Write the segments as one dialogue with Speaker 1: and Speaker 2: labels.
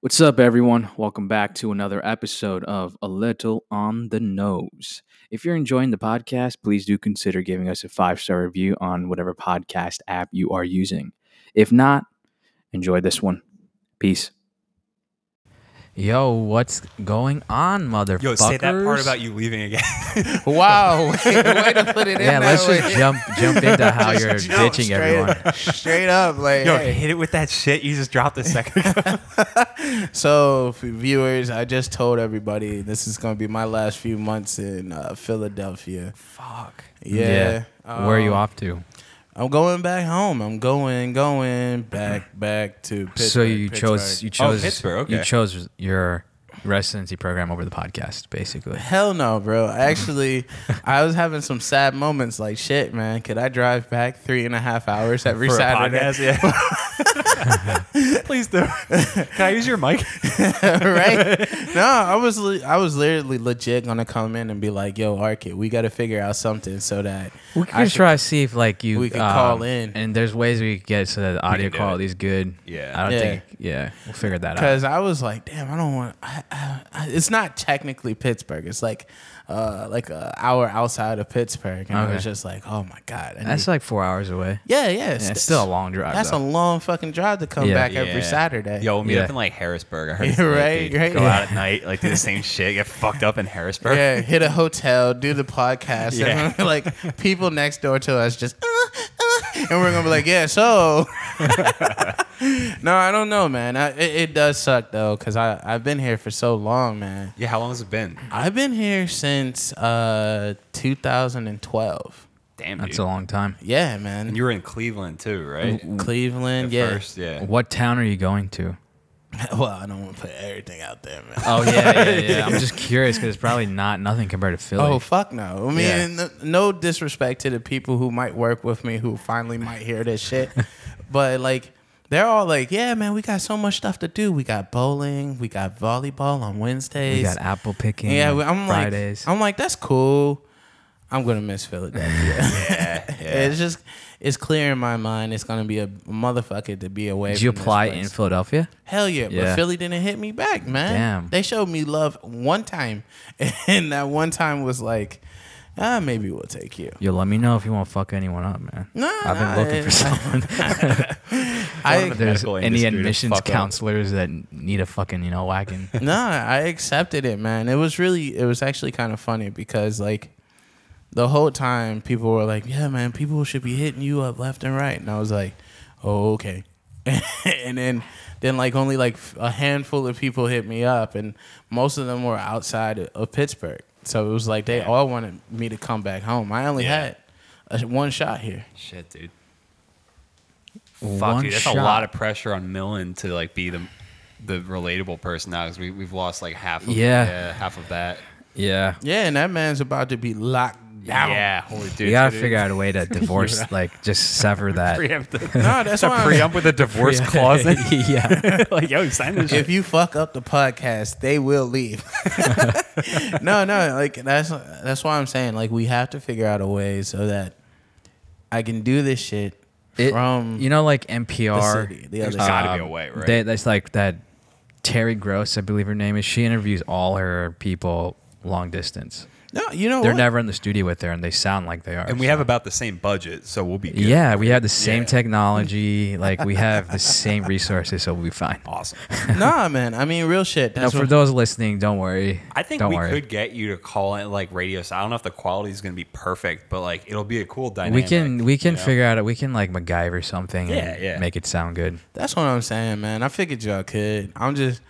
Speaker 1: What's up, everyone? Welcome back to another episode of A Little on the Nose. If you're enjoying the podcast, please do consider giving us a five star review on whatever podcast app you are using. If not, enjoy this one. Peace. Yo, what's going on, motherfuckers?
Speaker 2: Yo, say that part about you leaving again.
Speaker 3: Wow, way, way to put it in.
Speaker 1: Yeah,
Speaker 3: that
Speaker 1: let's
Speaker 3: way.
Speaker 1: just jump jump into how
Speaker 3: Just
Speaker 1: you're
Speaker 3: jump
Speaker 1: ditching
Speaker 3: straight-
Speaker 1: everyone.
Speaker 3: Straight up, like.
Speaker 2: Yo,
Speaker 3: hey.
Speaker 2: hit it with that shit you just dropped a second ago.
Speaker 3: So, for viewers, I just told everybody this is going to be my last few months in uh, Philadelphia.
Speaker 2: Fuck.
Speaker 3: Yeah.
Speaker 1: Where are
Speaker 3: um,
Speaker 1: you off to?
Speaker 3: I'm going back home. I'm going, going back, back to Pittsburgh.
Speaker 1: so you chose
Speaker 3: Pittsburgh.
Speaker 1: you chose
Speaker 2: Pittsburgh,
Speaker 1: you
Speaker 2: okay.
Speaker 1: chose your residency program over the podcast, basically.
Speaker 3: Hell no, bro. Actually, I was having some sad moments. Like, shit, man, could I drive back three and a half hours every
Speaker 2: For a
Speaker 3: Saturday?
Speaker 2: podcast, yeah. Please do. Can I use your mic?
Speaker 3: right? No, I was li- I was literally legit gonna come in and be like, "Yo, Arkit, we got to figure out something so that
Speaker 1: We
Speaker 3: I
Speaker 1: can
Speaker 3: should-
Speaker 1: try to see if like you
Speaker 3: we could
Speaker 1: um,
Speaker 3: call in.
Speaker 1: and there's ways we could get it so that the audio
Speaker 2: do it.
Speaker 1: quality is good.
Speaker 2: Yeah.
Speaker 1: I don't
Speaker 3: Yeah.
Speaker 1: think. Yeah, we'll figure that out.
Speaker 3: Because I was like, damn, I don't want. I, I, I- it's not technically Pittsburgh. It's like, uh, like an hour outside of Pittsburgh, and I
Speaker 1: Okay.
Speaker 3: was just like, oh my god. I
Speaker 1: That's
Speaker 3: need-
Speaker 1: like four hours away.
Speaker 3: yeah, yeah.
Speaker 1: Yeah, it's still a long drive.
Speaker 3: That's
Speaker 1: though.
Speaker 3: a long fucking drive to come
Speaker 1: Yeah.
Speaker 3: back every Saturday.
Speaker 2: Yo, we'll meet
Speaker 1: Yeah.
Speaker 2: up in like Harrisburg. I heard
Speaker 3: Yeah,
Speaker 2: it's lit,
Speaker 3: right,
Speaker 2: dude.
Speaker 3: right.
Speaker 2: Go out at night, like do the same shit, get fucked up in Harrisburg.
Speaker 3: Yeah, hit a hotel, do the podcast,
Speaker 2: Yeah.
Speaker 3: and like people next door to us just, uh, uh, and we're gonna be like, yeah, so. no, I don't know, man. I, it, it does suck though, cause I I've been here for so long, man.
Speaker 2: Yeah, how long has it been?
Speaker 3: I've been here since uh 2012.
Speaker 2: Damn,
Speaker 1: That's
Speaker 2: dude.
Speaker 1: a long time.
Speaker 3: Yeah, man.
Speaker 2: And you were in Cleveland too, right?
Speaker 3: Cleveland,
Speaker 2: At
Speaker 3: yeah.
Speaker 2: First, yeah.
Speaker 1: What town are you going to?
Speaker 3: Well, I don't want to put everything out there, man.
Speaker 1: Oh yeah, yeah, yeah. I'm just curious because it's probably not nothing compared to Philly.
Speaker 3: Oh fuck no! I mean,
Speaker 1: Yeah.
Speaker 3: n- no disrespect to the people who might work with me who finally might hear this shit, but like they're all like, "Yeah, man, we got so much stuff to do. We got bowling, we got volleyball on Wednesdays.
Speaker 1: you got apple picking.
Speaker 3: yeah, we- I'm
Speaker 1: Fridays.
Speaker 3: like, I'm like, that's cool. I'm gonna miss Philadelphia.
Speaker 2: yeah, yeah.
Speaker 3: It's just, it's clear in my mind. It's gonna be a motherfucker to be away.
Speaker 1: Did you
Speaker 3: from this
Speaker 1: apply
Speaker 3: place.
Speaker 1: in Philadelphia?
Speaker 3: Hell yeah,
Speaker 1: Yeah.
Speaker 3: but Philly didn't hit me back, man.
Speaker 1: Damn.
Speaker 3: They showed me love one time, and that one time was like, ah, maybe we'll take you.
Speaker 1: Yo, let me know if you want to fuck anyone up, man.
Speaker 3: No,
Speaker 1: I've been
Speaker 3: no,
Speaker 1: looking
Speaker 3: it-
Speaker 1: for someone.
Speaker 3: I
Speaker 1: There's
Speaker 2: medical
Speaker 1: any
Speaker 2: industry to
Speaker 1: admissions
Speaker 2: fuck up.
Speaker 1: counselors that need a fucking you know whacking.
Speaker 3: no, I accepted it, man. It was really, it was actually kind of funny because like the whole time people were like, yeah, man, people should be hitting you up left and right, and I was like, oh, okay. and then, then like only like a handful of people hit me up, and most of them were outside of Pittsburgh. So it was like they all wanted me to come back home. I only
Speaker 2: Yeah.
Speaker 3: had a, one shot here.
Speaker 2: Shit, dude. Fuck,
Speaker 1: One
Speaker 2: dude, that's
Speaker 1: shot.
Speaker 2: a lot of pressure on Millen to like be the the relatable person now because we we've lost like half. Of,
Speaker 1: Yeah.
Speaker 2: half of that.
Speaker 1: Yeah.
Speaker 3: Yeah, and that man's about to be locked down.
Speaker 2: Yeah, holy dude.
Speaker 1: You gotta
Speaker 2: dude.
Speaker 1: figure out a way to divorce, like just sever that.
Speaker 2: Preempt the,
Speaker 3: No, that's why. I'm-
Speaker 2: preempt with a divorce clause. in-
Speaker 1: yeah.
Speaker 2: like, yo, sign this shit.
Speaker 3: if you fuck up the podcast, they will leave. no, no, like that's that's why I'm saying like we have to figure out a way so that I can do this shit
Speaker 1: It-
Speaker 3: from
Speaker 1: you know, like NPR.
Speaker 3: city, the other
Speaker 2: There's gotta
Speaker 1: um,
Speaker 2: be a way, right?
Speaker 1: They, that's like that. Terry Gross, I believe her name is. She interviews all her people long distance.
Speaker 3: no, you know
Speaker 1: They're
Speaker 3: what?
Speaker 1: never in the studio with her, and they sound like they are.
Speaker 2: and we
Speaker 1: so-
Speaker 2: have about the same budget, so we'll be good.
Speaker 1: Yeah, we have the same
Speaker 2: Yeah.
Speaker 1: technology. Like we have the same resources, so we'll be fine.
Speaker 2: Awesome.
Speaker 3: nah, man. I mean, real shit.
Speaker 1: Now,
Speaker 3: That's
Speaker 1: for
Speaker 3: what,
Speaker 1: those listening, don't worry.
Speaker 2: I think
Speaker 1: don't
Speaker 2: we
Speaker 1: worry.
Speaker 2: could get you to call in like radio. So I don't know if the quality is gonna be perfect, but like it'll be a cool dynamic.
Speaker 1: we can we can
Speaker 2: you know?
Speaker 1: figure out. We can like MacGyver something.
Speaker 2: Yeah,
Speaker 1: and
Speaker 2: yeah.
Speaker 1: Make it sound good.
Speaker 3: that's what I'm saying, man. I figured y'all could. I'm just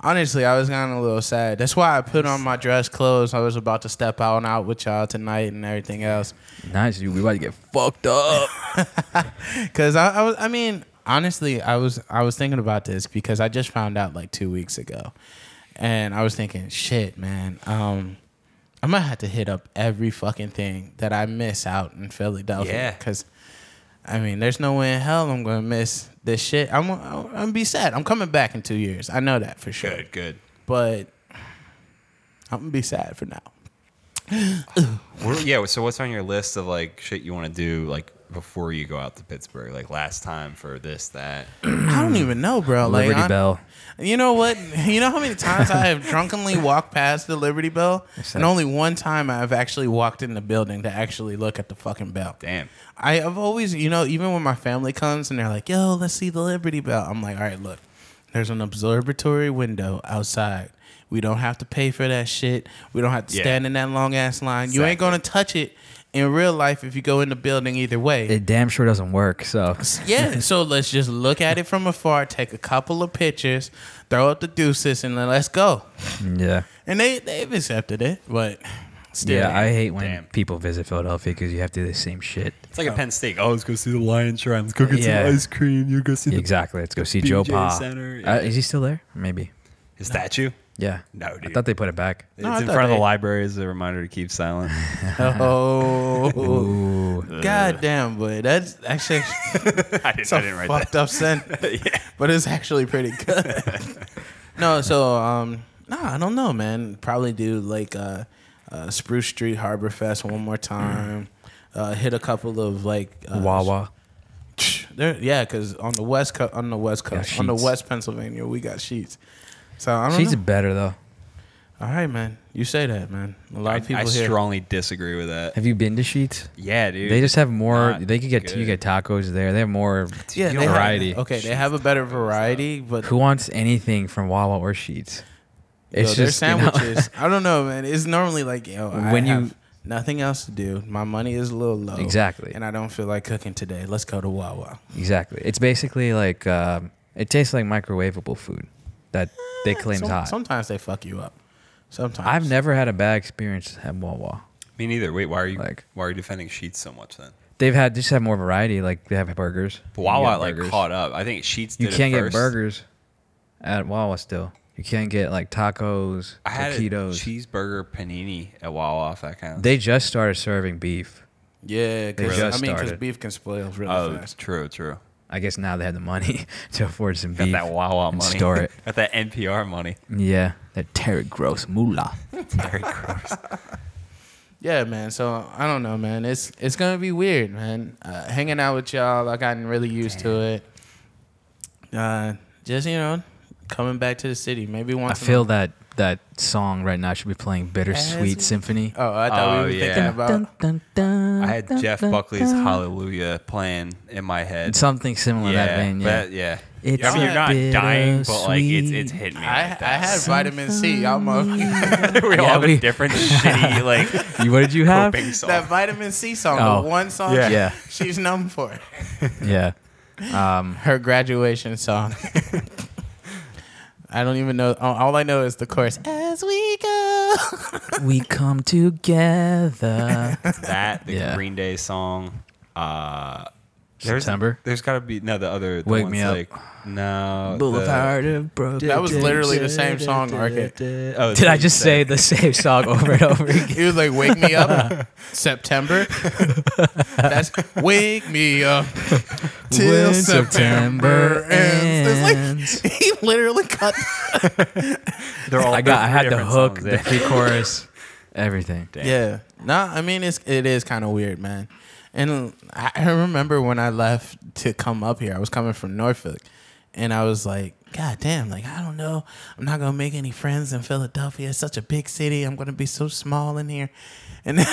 Speaker 3: honestly, I was kind of a little sad. That's why I put on my dress clothes. I was about to step out and out with y'all tonight and everything else.
Speaker 1: Nice, dude. We about to get fucked up.
Speaker 3: Cause I, I was, I mean, honestly, I was, I was thinking about this because I just found out like two weeks ago, and I was thinking, shit, man, um, I might have to hit up every fucking thing that I miss out in Philadelphia.
Speaker 2: Yeah.
Speaker 3: Cause, I mean, there's no way in hell I'm gonna miss this shit. I'm, I'm gonna be sad. I'm coming back in two years. I know that for sure.
Speaker 2: Good, good.
Speaker 3: But I'm gonna be sad for now.
Speaker 2: What- yeah. So what's on your list of like shit you want to do like before you go out to Pittsburgh? Like last time for this, that.
Speaker 3: I don't even know, bro. Like,
Speaker 1: Liberty
Speaker 3: I-
Speaker 1: Bell.
Speaker 3: You know what? You know how many times I have drunkenly walked past the Liberty Bell, and only one time I've actually walked in the building to actually look at the fucking bell.
Speaker 2: Damn.
Speaker 3: I have always, you know, even when my family comes and they're like, "Yo, let's see the Liberty Bell," I'm like, "All right, look, there's an observatory window outside. We don't have to pay for that shit. We don't have to
Speaker 2: Yeah.
Speaker 3: stand in that long ass line. You ain't
Speaker 2: Exactly.
Speaker 3: gonna touch it in real life if you go in the building either way."
Speaker 1: It damn sure doesn't work. So
Speaker 3: Yeah, so let's just look at it from afar, take a couple of pictures, throw up the deuces, and then let's go.
Speaker 1: yeah,
Speaker 3: And they they've accepted it, but still,
Speaker 1: yeah. I hate when
Speaker 2: Damn.
Speaker 1: people visit Philadelphia because you have to do the same shit.
Speaker 2: It's like a Penn State. Oh, let's go see the Lion Shrine. Let's go get
Speaker 1: Yeah.
Speaker 2: some ice cream. You go see the
Speaker 1: Exactly. Let's go see
Speaker 2: BJ
Speaker 1: Joe Pa.
Speaker 2: Center,
Speaker 1: Uh,
Speaker 2: yeah.
Speaker 1: is he still there? Maybe.
Speaker 2: his statue.
Speaker 1: Yeah.
Speaker 2: No,
Speaker 1: I
Speaker 2: dude.
Speaker 1: thought they put it back.
Speaker 2: It's
Speaker 3: No, I
Speaker 2: in
Speaker 3: thought
Speaker 2: front of
Speaker 3: they-
Speaker 2: the library as a reminder to keep silent.
Speaker 3: oh
Speaker 1: Ooh.
Speaker 3: god damn, boy, that's actually
Speaker 2: I didn't,
Speaker 3: it's a
Speaker 2: I didn't write that.
Speaker 3: fucked up sentence, but it's actually pretty good. no, so um, no, I don't know, man. Probably do like uh, uh Spruce Street Harbor Fest one
Speaker 1: Mm.
Speaker 3: more time. Uh, hit a couple of like uh,
Speaker 1: Wawa.
Speaker 3: There, yeah, because on the west co- on the west
Speaker 1: Got
Speaker 3: coast, on the
Speaker 1: sheets.
Speaker 3: west Pennsylvania, we got sheets. So I don't
Speaker 1: She's
Speaker 3: know.
Speaker 1: better though.
Speaker 3: All right, man. You say that, man. A lot
Speaker 2: I,
Speaker 3: of
Speaker 2: I
Speaker 3: people here.
Speaker 2: strongly disagree with that.
Speaker 1: Have you been to Sheets?
Speaker 2: Yeah, dude.
Speaker 1: They just have more.
Speaker 2: not
Speaker 1: They could get you get
Speaker 2: good.
Speaker 1: tacos there. They have more
Speaker 3: yeah, they have-
Speaker 1: variety.
Speaker 3: okay, they have a better variety, but
Speaker 1: Who wants anything from Wawa or Sheets?
Speaker 3: yo,
Speaker 1: It's
Speaker 3: their
Speaker 1: just you know,
Speaker 3: sandwiches. I don't know, man. It's normally like yo,
Speaker 1: When
Speaker 3: when
Speaker 1: you-
Speaker 3: you nothing else to do. My money is a little low,
Speaker 1: Exactly.
Speaker 3: and I don't feel like cooking today. Let's go to Wawa.
Speaker 1: exactly. It's basically like um, it tastes like microwavable food that they claim
Speaker 3: Eh, Some-
Speaker 1: is hot.
Speaker 3: Sometimes they fuck you up. Sometimes
Speaker 1: I've never had a bad experience at Wawa.
Speaker 2: Me neither. Wait, why are you
Speaker 1: Like-
Speaker 2: why are you defending Sheets so much then?
Speaker 1: They've had just have more variety. Like they have burgers. You can
Speaker 2: Wawa
Speaker 1: get
Speaker 2: like
Speaker 1: burgers.
Speaker 2: caught up. I think Sheets.
Speaker 1: You
Speaker 2: did
Speaker 1: can't
Speaker 2: it
Speaker 1: get
Speaker 2: first.
Speaker 1: burgers at Wawa still. You can't get like tacos,
Speaker 2: I had a
Speaker 1: taquitos.
Speaker 2: cheeseburger panini at Wawa. If that counts.
Speaker 1: They just started serving beef.
Speaker 3: yeah, because I
Speaker 1: just
Speaker 3: mean, because
Speaker 1: started.
Speaker 3: beef can spoil really
Speaker 2: oh,
Speaker 3: fast.
Speaker 2: true, true.
Speaker 1: I guess now they have the money to afford some
Speaker 2: Got
Speaker 1: beef.
Speaker 2: that Wawa
Speaker 1: and
Speaker 2: money.
Speaker 1: Store it.
Speaker 2: Got that NPR money.
Speaker 1: Yeah, that Terry Gross moolah.
Speaker 2: Very gross.
Speaker 3: Yeah, man. So I don't know, man. It's it's gonna be weird, man. Uh, hanging out with y'all, I gotten really used to it. Uh, just you know, coming back to the city, maybe
Speaker 1: I
Speaker 3: once. in a-
Speaker 1: feel that that song right now should be playing Bittersweet
Speaker 3: As-
Speaker 1: Symphony.
Speaker 3: Oh, I thought
Speaker 2: Oh,
Speaker 3: we were
Speaker 2: yeah.
Speaker 3: thinking about.
Speaker 1: Dun, dun, dun,
Speaker 2: I had
Speaker 1: dun,
Speaker 2: Jeff
Speaker 1: dun,
Speaker 2: Buckley's
Speaker 1: dun.
Speaker 2: Hallelujah playing in my head.
Speaker 1: Something similar to that
Speaker 2: yeah,
Speaker 1: vein. Yeah.
Speaker 2: but yeah.
Speaker 1: It's
Speaker 2: I mean, you're not dying, but like it's it's
Speaker 1: bittersweet.
Speaker 2: hitting me.
Speaker 3: I,
Speaker 2: like
Speaker 3: I
Speaker 2: that.
Speaker 3: had vitamin C. Y'all motherfucker.
Speaker 2: we all
Speaker 1: Yeah,
Speaker 2: have
Speaker 1: we-
Speaker 2: a different shitty like
Speaker 1: You- what did you have?
Speaker 2: coping song.
Speaker 3: that vitamin C song,
Speaker 1: Oh.
Speaker 3: the one song.
Speaker 2: Yeah.
Speaker 1: Yeah.
Speaker 3: She's numb for it.
Speaker 1: yeah. Um,
Speaker 3: Her graduation song. I don't even know. all- All I know is the chorus. As we go.
Speaker 1: we come together.
Speaker 2: that the
Speaker 1: Yeah.
Speaker 2: Green Day song. Uh, there's-
Speaker 1: September.
Speaker 2: There's got to be no the other. The
Speaker 1: Wake
Speaker 2: ones
Speaker 1: Me Up.
Speaker 2: Like, no.
Speaker 1: Boulevard of Broken.
Speaker 3: That was literally the same song, Arcade.
Speaker 2: The, oh,
Speaker 1: Did I just say the same song over and over again?
Speaker 3: He was like, "Wake me up, September." That's wake me up till
Speaker 1: When
Speaker 3: September, ends.
Speaker 1: ends.
Speaker 3: It's like he literally cut.
Speaker 2: They're all
Speaker 1: I got. I had the
Speaker 2: different
Speaker 1: hook,
Speaker 2: songs,
Speaker 1: the
Speaker 2: yeah.
Speaker 1: pre-chorus, everything.
Speaker 3: Yeah, nah. I mean, it's it is kind of weird, man. And I I remember when I left to come up here, I was coming from Norfolk, and I was like, "God damn! Like I don't know, I'm not gonna make any friends in Philadelphia. It's such a big city. I'm gonna be so small in here." And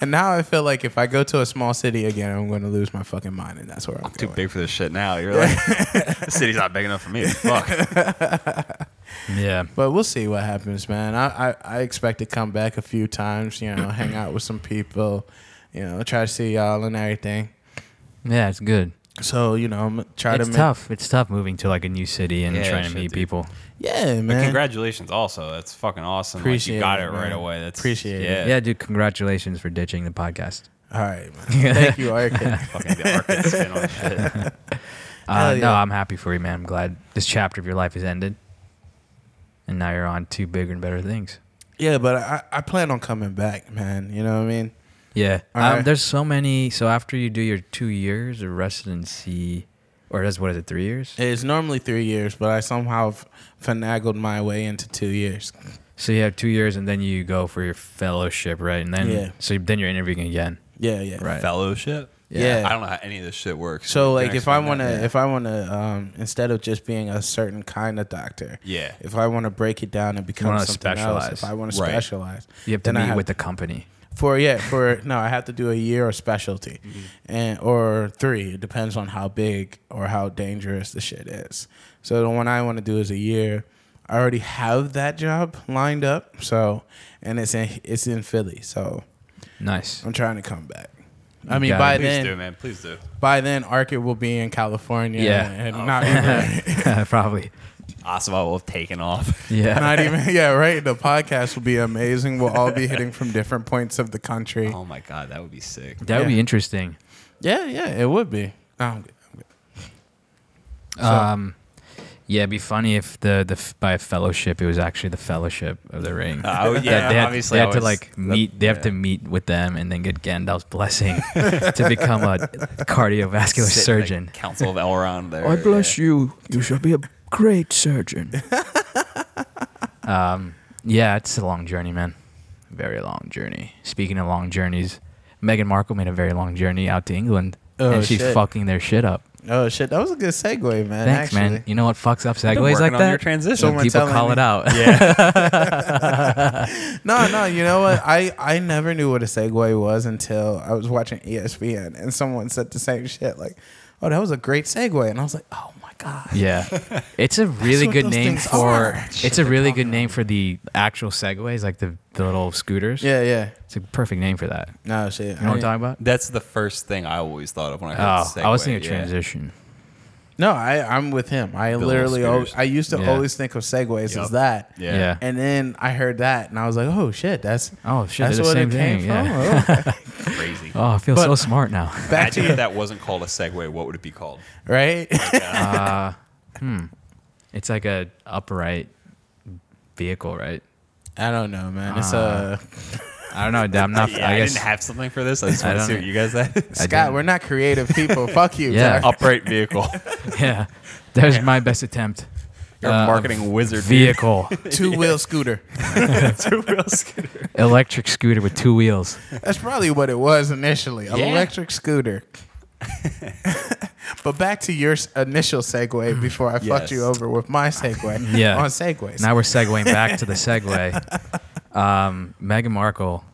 Speaker 3: and now I feel like if I go to a small city again, I'm gonna lose my fucking mind, and that's where I'm
Speaker 2: Too
Speaker 3: going.
Speaker 2: big for this shit now. You're like, the city's not big enough for me. Fuck.
Speaker 1: Yeah.
Speaker 3: But we'll see what happens, man. I, I, I expect to come back a few times, you know, hang out with some people, you know, try to see y'all and everything.
Speaker 1: Yeah, it's good.
Speaker 3: So, you know, I'm try
Speaker 1: it's
Speaker 3: to
Speaker 1: tough. It's tough moving to like a new city and
Speaker 2: Yeah,
Speaker 1: trying to
Speaker 2: shit,
Speaker 1: meet
Speaker 2: dude.
Speaker 1: people.
Speaker 3: Make, yeah, man.
Speaker 2: Congratulations, also. That's fucking awesome. like,
Speaker 3: Appreciate
Speaker 2: you got
Speaker 3: it,
Speaker 2: it, right
Speaker 3: man.
Speaker 2: away. That's
Speaker 3: Appreciate it.
Speaker 2: yeah,
Speaker 1: Yeah. dude. Congratulations for ditching the podcast.
Speaker 3: All right, man. Thank you, Arkin.
Speaker 2: Fucking the arcade spin on shit.
Speaker 1: Uh,
Speaker 3: Hell
Speaker 1: No,
Speaker 3: yeah.
Speaker 1: I'm happy for you, man. I'm glad this chapter of your life has ended, and now you're on to bigger and better things.
Speaker 3: yeah, but I, I plan on coming back, man. You know what I mean?
Speaker 1: Yeah.
Speaker 3: All
Speaker 1: Um,
Speaker 3: right.
Speaker 1: There's so many. So after you do your two years of residency, or that's what is it? Three years.
Speaker 3: It's normally three years, but I somehow f- finagled my way into two years.
Speaker 1: So you have two years, and then you go for your fellowship, right? And then
Speaker 3: Yeah.
Speaker 1: so then you're interviewing again.
Speaker 3: Yeah, yeah.
Speaker 1: Right.
Speaker 2: Fellowship.
Speaker 3: Yeah.
Speaker 2: I don't know how any of this shit works.
Speaker 3: So
Speaker 2: You can
Speaker 3: like if I
Speaker 2: explain
Speaker 3: want to
Speaker 2: that.
Speaker 3: if I want to um instead of just being a certain kind of doctor.
Speaker 2: Yeah.
Speaker 3: If I want to break it down and become
Speaker 1: wanna
Speaker 3: something else,
Speaker 1: specialize.
Speaker 3: if I want to
Speaker 2: Right.
Speaker 3: specialize.
Speaker 1: You have to
Speaker 3: then I
Speaker 1: meet with the company.
Speaker 3: for yeah, for no, I have to do a year or specialty. And or 3, it depends on how big or how dangerous the shit is. So the one I want to do is a year. I already have that job lined up. So and it's in it's in Philly. So
Speaker 1: Nice.
Speaker 3: I'm trying to come back. I
Speaker 1: You
Speaker 3: mean
Speaker 1: got
Speaker 3: by
Speaker 1: it.
Speaker 2: please
Speaker 3: then
Speaker 2: do, man, please do.
Speaker 3: by then Arcad will be in California.
Speaker 1: Yeah. Oh.
Speaker 3: And not even
Speaker 1: Probably.
Speaker 2: Asava will have taken off.
Speaker 1: Yeah.
Speaker 3: Not even, yeah, right. The podcast will be amazing. We'll all be hitting from different points of the country.
Speaker 2: Oh my god, that would be sick.
Speaker 1: That would
Speaker 3: Yeah.
Speaker 1: be interesting.
Speaker 3: Yeah, yeah, it would be. No, I'm good. I'm good.
Speaker 1: Um, yeah, it'd be funny if the the f- by fellowship it was actually the fellowship of the ring.
Speaker 2: Oh
Speaker 1: That
Speaker 2: yeah,
Speaker 1: they had,
Speaker 2: obviously.
Speaker 1: they
Speaker 2: I
Speaker 1: had to
Speaker 2: was-
Speaker 1: like meet. They have to meet with them and then get Gandalf's blessing to become a cardiovascular
Speaker 2: sit in the
Speaker 1: surgeon.
Speaker 2: Council of Elrond. There,
Speaker 4: you. You shall be a great surgeon.
Speaker 1: Um, yeah, it's a long journey, man. Very long journey. Speaking of long journeys, Meghan Markle made a very long journey out to England,
Speaker 3: Oh,
Speaker 1: and she's
Speaker 3: shit.
Speaker 1: fucking their shit up.
Speaker 3: Oh shit, that was a good segue, man.
Speaker 1: Thanks,
Speaker 3: actually.
Speaker 1: man. You know what fucks up
Speaker 2: Been
Speaker 1: segues like
Speaker 2: working on your
Speaker 1: that?
Speaker 2: transition.
Speaker 1: When people
Speaker 3: Someone telling
Speaker 1: call
Speaker 3: me.
Speaker 1: it out.
Speaker 3: No, no, you know what? I I never knew what a segue was until I was watching E ESPN and someone said the same shit. Like, oh, that was a great segue, and I was like, oh my god.
Speaker 1: Yeah, it's a really
Speaker 3: what
Speaker 1: good
Speaker 3: those
Speaker 1: name
Speaker 3: things
Speaker 1: for.
Speaker 3: are.
Speaker 1: It's a really good name for the actual segways, like the, the little scooters.
Speaker 3: Yeah, yeah.
Speaker 1: it's a perfect name for that.
Speaker 3: No shit.
Speaker 1: You know what I'm
Speaker 3: I didn't-
Speaker 1: talking about?
Speaker 2: That's the first thing I always thought of when I heard
Speaker 1: Oh,
Speaker 2: segue.
Speaker 1: I was thinking
Speaker 2: yeah.
Speaker 1: transition.
Speaker 3: No, I I'm with him. I
Speaker 2: Bill
Speaker 3: literally
Speaker 2: Spears.
Speaker 3: always, I used to
Speaker 1: Yeah.
Speaker 3: always think of segues
Speaker 2: Yup.
Speaker 3: as that.
Speaker 2: Yeah.
Speaker 1: Yeah.
Speaker 3: And then I heard that, and I was like, "Oh shit, that's
Speaker 1: Oh shit,
Speaker 3: that's
Speaker 1: they're the
Speaker 3: what
Speaker 1: same
Speaker 3: it came
Speaker 1: thing.
Speaker 3: from."
Speaker 1: Yeah.
Speaker 3: Oh, okay.
Speaker 2: crazy.
Speaker 1: Oh, I feel
Speaker 3: But-
Speaker 1: so smart now.
Speaker 3: Back
Speaker 2: Imagine if
Speaker 3: to
Speaker 2: that wasn't called a segue, what would it be called?
Speaker 3: you, right?
Speaker 1: It's like a upright vehicle, right?
Speaker 3: I don't know, man. It's
Speaker 1: Uh,
Speaker 3: uh,
Speaker 1: I don't know. I'm not.
Speaker 2: Yeah, I,
Speaker 1: I guess.
Speaker 2: didn't have something for this. I just
Speaker 1: I
Speaker 2: want to
Speaker 1: don't
Speaker 2: see
Speaker 1: know.
Speaker 2: what you guys had.
Speaker 1: I
Speaker 3: Scott.
Speaker 1: didn't-
Speaker 3: We're not creative people. Fuck you.
Speaker 1: Yeah.
Speaker 3: Zach.
Speaker 2: Upright vehicle.
Speaker 1: yeah, there's my best attempt.
Speaker 2: You're
Speaker 1: Uh,
Speaker 2: a marketing wizard. dude.
Speaker 1: Vehicle,
Speaker 3: two wheel scooter.
Speaker 2: Two-wheel scooter.
Speaker 1: electric scooter with two wheels.
Speaker 3: That's probably what it was initially. An
Speaker 2: Yeah.
Speaker 3: electric scooter. but back to your s- initial segue before I fucked
Speaker 2: Yes.
Speaker 3: you over with my segue
Speaker 1: Yeah.
Speaker 3: on segues.
Speaker 1: Now we're segueing back to the segue. Um, Meghan Markle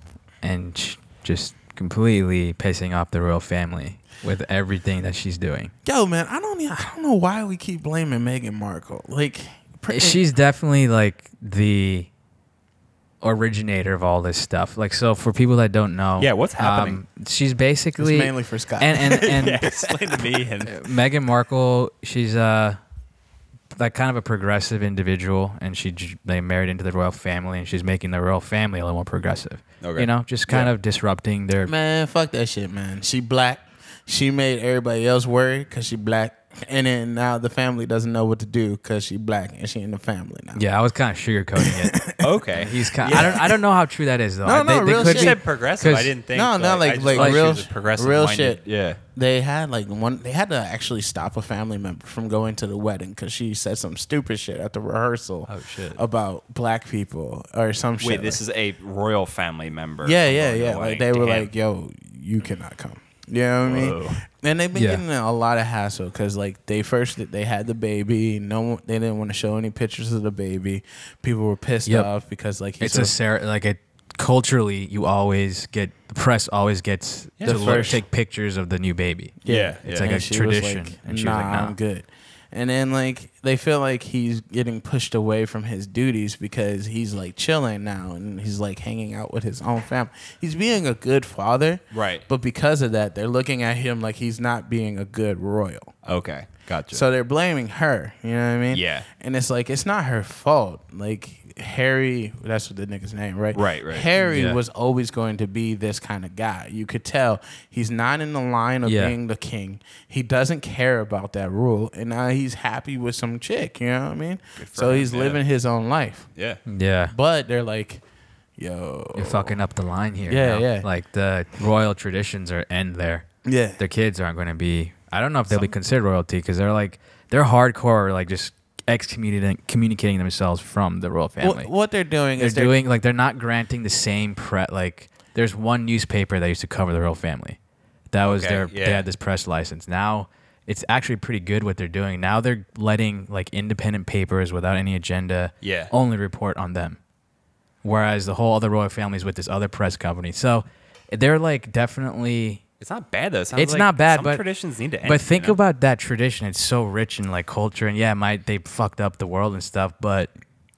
Speaker 1: and sh- just completely pissing off the royal family with everything that she's doing.
Speaker 3: Yo, man, I don't e- I don't know why we keep blaming Meghan Markle. Like, pr- eh,
Speaker 1: She's definitely like the originator of all this stuff. Like, so for people that don't know, um,
Speaker 2: Yeah, what's happening?
Speaker 1: she's basically
Speaker 3: It's mainly for Scott.
Speaker 1: and and and
Speaker 2: Explain to me. And
Speaker 1: Meghan Markle, she's uh like kind of a progressive individual, and she j- they married into the royal family, and she's making the royal family a little more progressive.
Speaker 2: Okay.
Speaker 1: You know, just kind of disrupting their.
Speaker 3: man, fuck that shit, man. She black. She made everybody else worry because she black, and then now the family doesn't know what to do because she black and she in the family now.
Speaker 1: Yeah, I was kind of sugarcoating it.
Speaker 2: okay,
Speaker 1: He's kind. I don't. I don't know how true that is though.
Speaker 3: No,
Speaker 1: They-
Speaker 3: no,
Speaker 1: they
Speaker 3: real
Speaker 1: could
Speaker 3: shit.
Speaker 1: be-
Speaker 2: said progressive. I
Speaker 1: 'cause-
Speaker 2: didn't think.
Speaker 3: No,
Speaker 2: like,
Speaker 3: not
Speaker 2: I
Speaker 3: like-
Speaker 2: just
Speaker 3: like
Speaker 2: thought she
Speaker 3: real
Speaker 2: was a
Speaker 3: sh-
Speaker 2: progressive
Speaker 3: real
Speaker 2: minded-
Speaker 3: shit.
Speaker 2: Yeah.
Speaker 3: They had like one. They had to actually stop a family member from going to the wedding because she said some stupid shit at the rehearsal.
Speaker 2: Oh, shit.
Speaker 3: About black people or some shit.
Speaker 2: Wait, this is a royal family member.
Speaker 3: Yeah,
Speaker 2: from
Speaker 3: yeah,
Speaker 2: Royal
Speaker 3: yeah.
Speaker 2: Hawaii.
Speaker 3: Like they were
Speaker 2: Damn.
Speaker 3: like, "Yo, you cannot come." You know what I
Speaker 2: Whoa.
Speaker 3: mean? And they've been
Speaker 1: Yeah.
Speaker 3: getting in a lot of hassle because, like, they first they had the baby. No, one, they didn't want to show any pictures of the baby. People were pissed
Speaker 1: Yep.
Speaker 3: off because, like,
Speaker 1: It's
Speaker 3: he's
Speaker 1: a ser- like it. Culturally, you always get the press always gets
Speaker 3: Yeah.
Speaker 1: to
Speaker 3: The
Speaker 1: look-
Speaker 3: first-
Speaker 1: take pictures of the new baby.
Speaker 2: Yeah,
Speaker 1: it's
Speaker 2: yeah.
Speaker 1: like a
Speaker 3: And she was
Speaker 1: tradition,
Speaker 3: like,
Speaker 1: and she
Speaker 3: nah,
Speaker 1: was like,
Speaker 3: I'm
Speaker 1: "No,
Speaker 3: good." And then like they feel like he's getting pushed away from his duties because he's like chilling now and he's like hanging out with his own family. He's being a good father,
Speaker 2: Right.
Speaker 3: But because of that, they're looking at him like he's not being a good royal.
Speaker 2: okay, gotcha.
Speaker 3: So they're blaming her. You know what I mean?
Speaker 2: Yeah.
Speaker 3: And it's like it's not her fault. Like Harry, that's what the nigga's name, right?
Speaker 2: Right, right.
Speaker 3: Harry
Speaker 1: Yeah.
Speaker 3: was always going to be this kind of guy. You could tell he's not in the line of
Speaker 1: Yeah.
Speaker 3: being the king. He doesn't care about that rule, and now he's happy with some chick. You know what I mean? So
Speaker 2: him,
Speaker 3: he's
Speaker 2: yeah.
Speaker 3: living his own life.
Speaker 2: yeah,
Speaker 1: yeah."
Speaker 3: But they're like, yo,
Speaker 1: You're fucking up the line here.
Speaker 3: Yeah,
Speaker 1: you know?
Speaker 3: yeah.
Speaker 1: Like the royal traditions are end there.
Speaker 3: yeah,
Speaker 1: Their kids aren't going to be. I don't know if they'll be considered royalty because they're like they're hardcore, like just excommunicating communicating themselves from the royal family.
Speaker 3: what, what they're doing
Speaker 1: they're
Speaker 3: is they're
Speaker 1: doing like they're not granting the same pre. Like there's one newspaper that used to cover the royal family. That was
Speaker 2: Okay,
Speaker 1: their
Speaker 2: yeah.
Speaker 1: they had this press license. Now it's actually pretty good what they're doing. Now they're letting like independent papers without any agenda
Speaker 2: Yeah.
Speaker 1: only report on them. Whereas the whole other royal family's with this other press company. So they're like definitely
Speaker 2: It's not bad though. It sounds
Speaker 1: it's
Speaker 2: like
Speaker 1: not bad,
Speaker 2: some
Speaker 1: but
Speaker 2: traditions need to end.
Speaker 1: But think
Speaker 2: you know?
Speaker 1: about that tradition. It's so rich in like culture, and yeah, my they fucked up the world and stuff, but